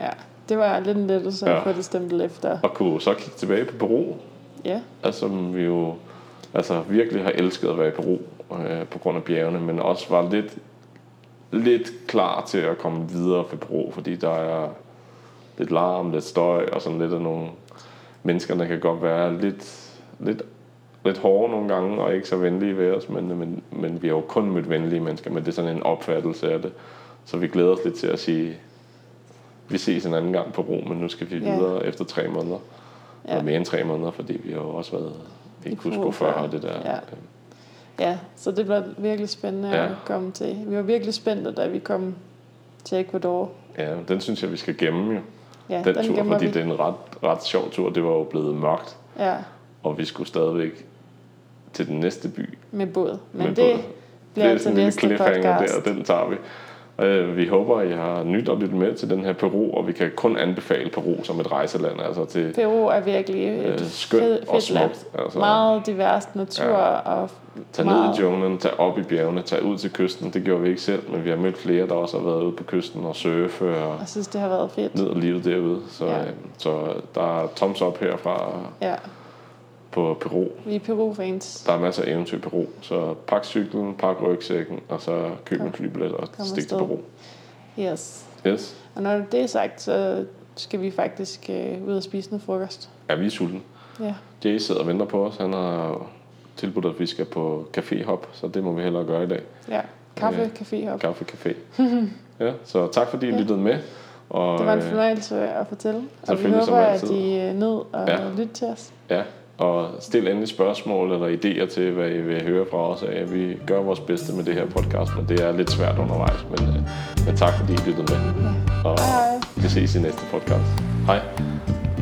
Speaker 2: Ja, det var lidt en lettelse at
Speaker 1: Ja.
Speaker 2: få det stempel efter.
Speaker 1: og kunne så kigge tilbage på Peru,
Speaker 2: Ja,
Speaker 1: Altså, som vi jo altså, virkelig har elsket at være i Peru øh, på grund af bjergene, men også var lidt, lidt klar til at komme videre fra Peru, fordi der er lidt larm, lidt støj og sådan lidt af nogle mennesker, der kan godt være lidt, lidt, lidt hårde nogle gange og ikke så venlige ved os, men, men, men vi har jo kun mødt venlige mennesker, men det er sådan en opfattelse af det. Så vi glæder os lidt til at sige, vi ses en anden gang på Rom, men nu skal vi
Speaker 2: Ja.
Speaker 1: videre efter tre måneder.
Speaker 2: Ja.
Speaker 1: Ja. Og mere end tre måneder, fordi vi har jo også været i
Speaker 2: I
Speaker 1: Cusco
Speaker 2: Peru
Speaker 1: før,
Speaker 2: før.
Speaker 1: og det der.
Speaker 2: Ja.
Speaker 1: Ja.
Speaker 2: ja så det var virkelig spændende ja.
Speaker 1: Ja.
Speaker 2: at komme til. Vi var virkelig spændte, da vi kom til Ecuador.
Speaker 1: ja, den synes jeg, vi skal gemme jo.
Speaker 2: Ja,
Speaker 1: Den, den tur,
Speaker 2: gemmer
Speaker 1: fordi
Speaker 2: vi.
Speaker 1: det er en ret, ret sjov tur. Det var jo blevet mørkt,
Speaker 2: Ja,
Speaker 1: og vi skulle stadigvæk til den næste by.
Speaker 2: med båd. Men
Speaker 1: med
Speaker 2: det
Speaker 1: båd.
Speaker 2: bliver altså
Speaker 1: sådan en lille
Speaker 2: næste
Speaker 1: cliffhanger
Speaker 2: podcast.
Speaker 1: Der, og den tager vi. Øh, Vi håber, I har nyt at lytte med til den her Peru, og vi kan kun anbefale Peru som et rejseland. Altså til
Speaker 2: Peru er virkelig et
Speaker 1: øh,
Speaker 2: skønt
Speaker 1: skønt
Speaker 2: fed,
Speaker 1: og
Speaker 2: fedt land.
Speaker 1: smukt. Altså,
Speaker 2: Meget divers natur ja. og
Speaker 1: Tag
Speaker 2: meget.
Speaker 1: ned i junglen, tag op i bjergene, tag ud til kysten. Det gjorde vi ikke selv, men vi har mødt flere, der også har været ude på kysten og surfe og
Speaker 2: Jeg synes, det har været fedt.
Speaker 1: ned og livet derude. Så,
Speaker 2: Ja.
Speaker 1: ja. så der er thumbs up herfra
Speaker 2: Ja,
Speaker 1: på Peru.
Speaker 2: vi er Peru-fans.
Speaker 1: Der er masser af eventyr i Peru. Så pak cyklen, pak rygsækken, og så køb en flybillet og
Speaker 2: Kom
Speaker 1: stik til
Speaker 2: afsted.
Speaker 1: Peru.
Speaker 2: Yes.
Speaker 1: Yes.
Speaker 2: Og når det er sagt, så skal vi faktisk øh, ud og spise noget frokost.
Speaker 1: Ja, vi er sultne.
Speaker 2: Ja,
Speaker 1: Jay sidder og venter på os. Han har tilbudt, at vi skal på Café Hop, så det må vi hellere gøre i dag.
Speaker 2: ja. Kaffe,
Speaker 1: Ja.
Speaker 2: café op.
Speaker 1: Kaffe Café.
Speaker 2: <laughs>
Speaker 1: ja, så tak fordi I
Speaker 2: Ja.
Speaker 1: lyttede med. Og,
Speaker 2: Det var en
Speaker 1: øh,
Speaker 2: fornøjelse at fortælle. Og vi
Speaker 1: Selvfølgelig, som
Speaker 2: håber, at
Speaker 1: altid.
Speaker 2: I øh, nød at ja.
Speaker 1: Ja.
Speaker 2: lytte til os.
Speaker 1: Ja, og stil endelig spørgsmål eller idéer til, hvad I vil høre fra os af. Vi gør vores bedste med det her podcast, men det er lidt svært undervejs. Men, øh, men tak fordi I lyttede med,
Speaker 2: Ja.
Speaker 1: og
Speaker 2: Hej, hej.
Speaker 1: vi ses i næste podcast. Hej.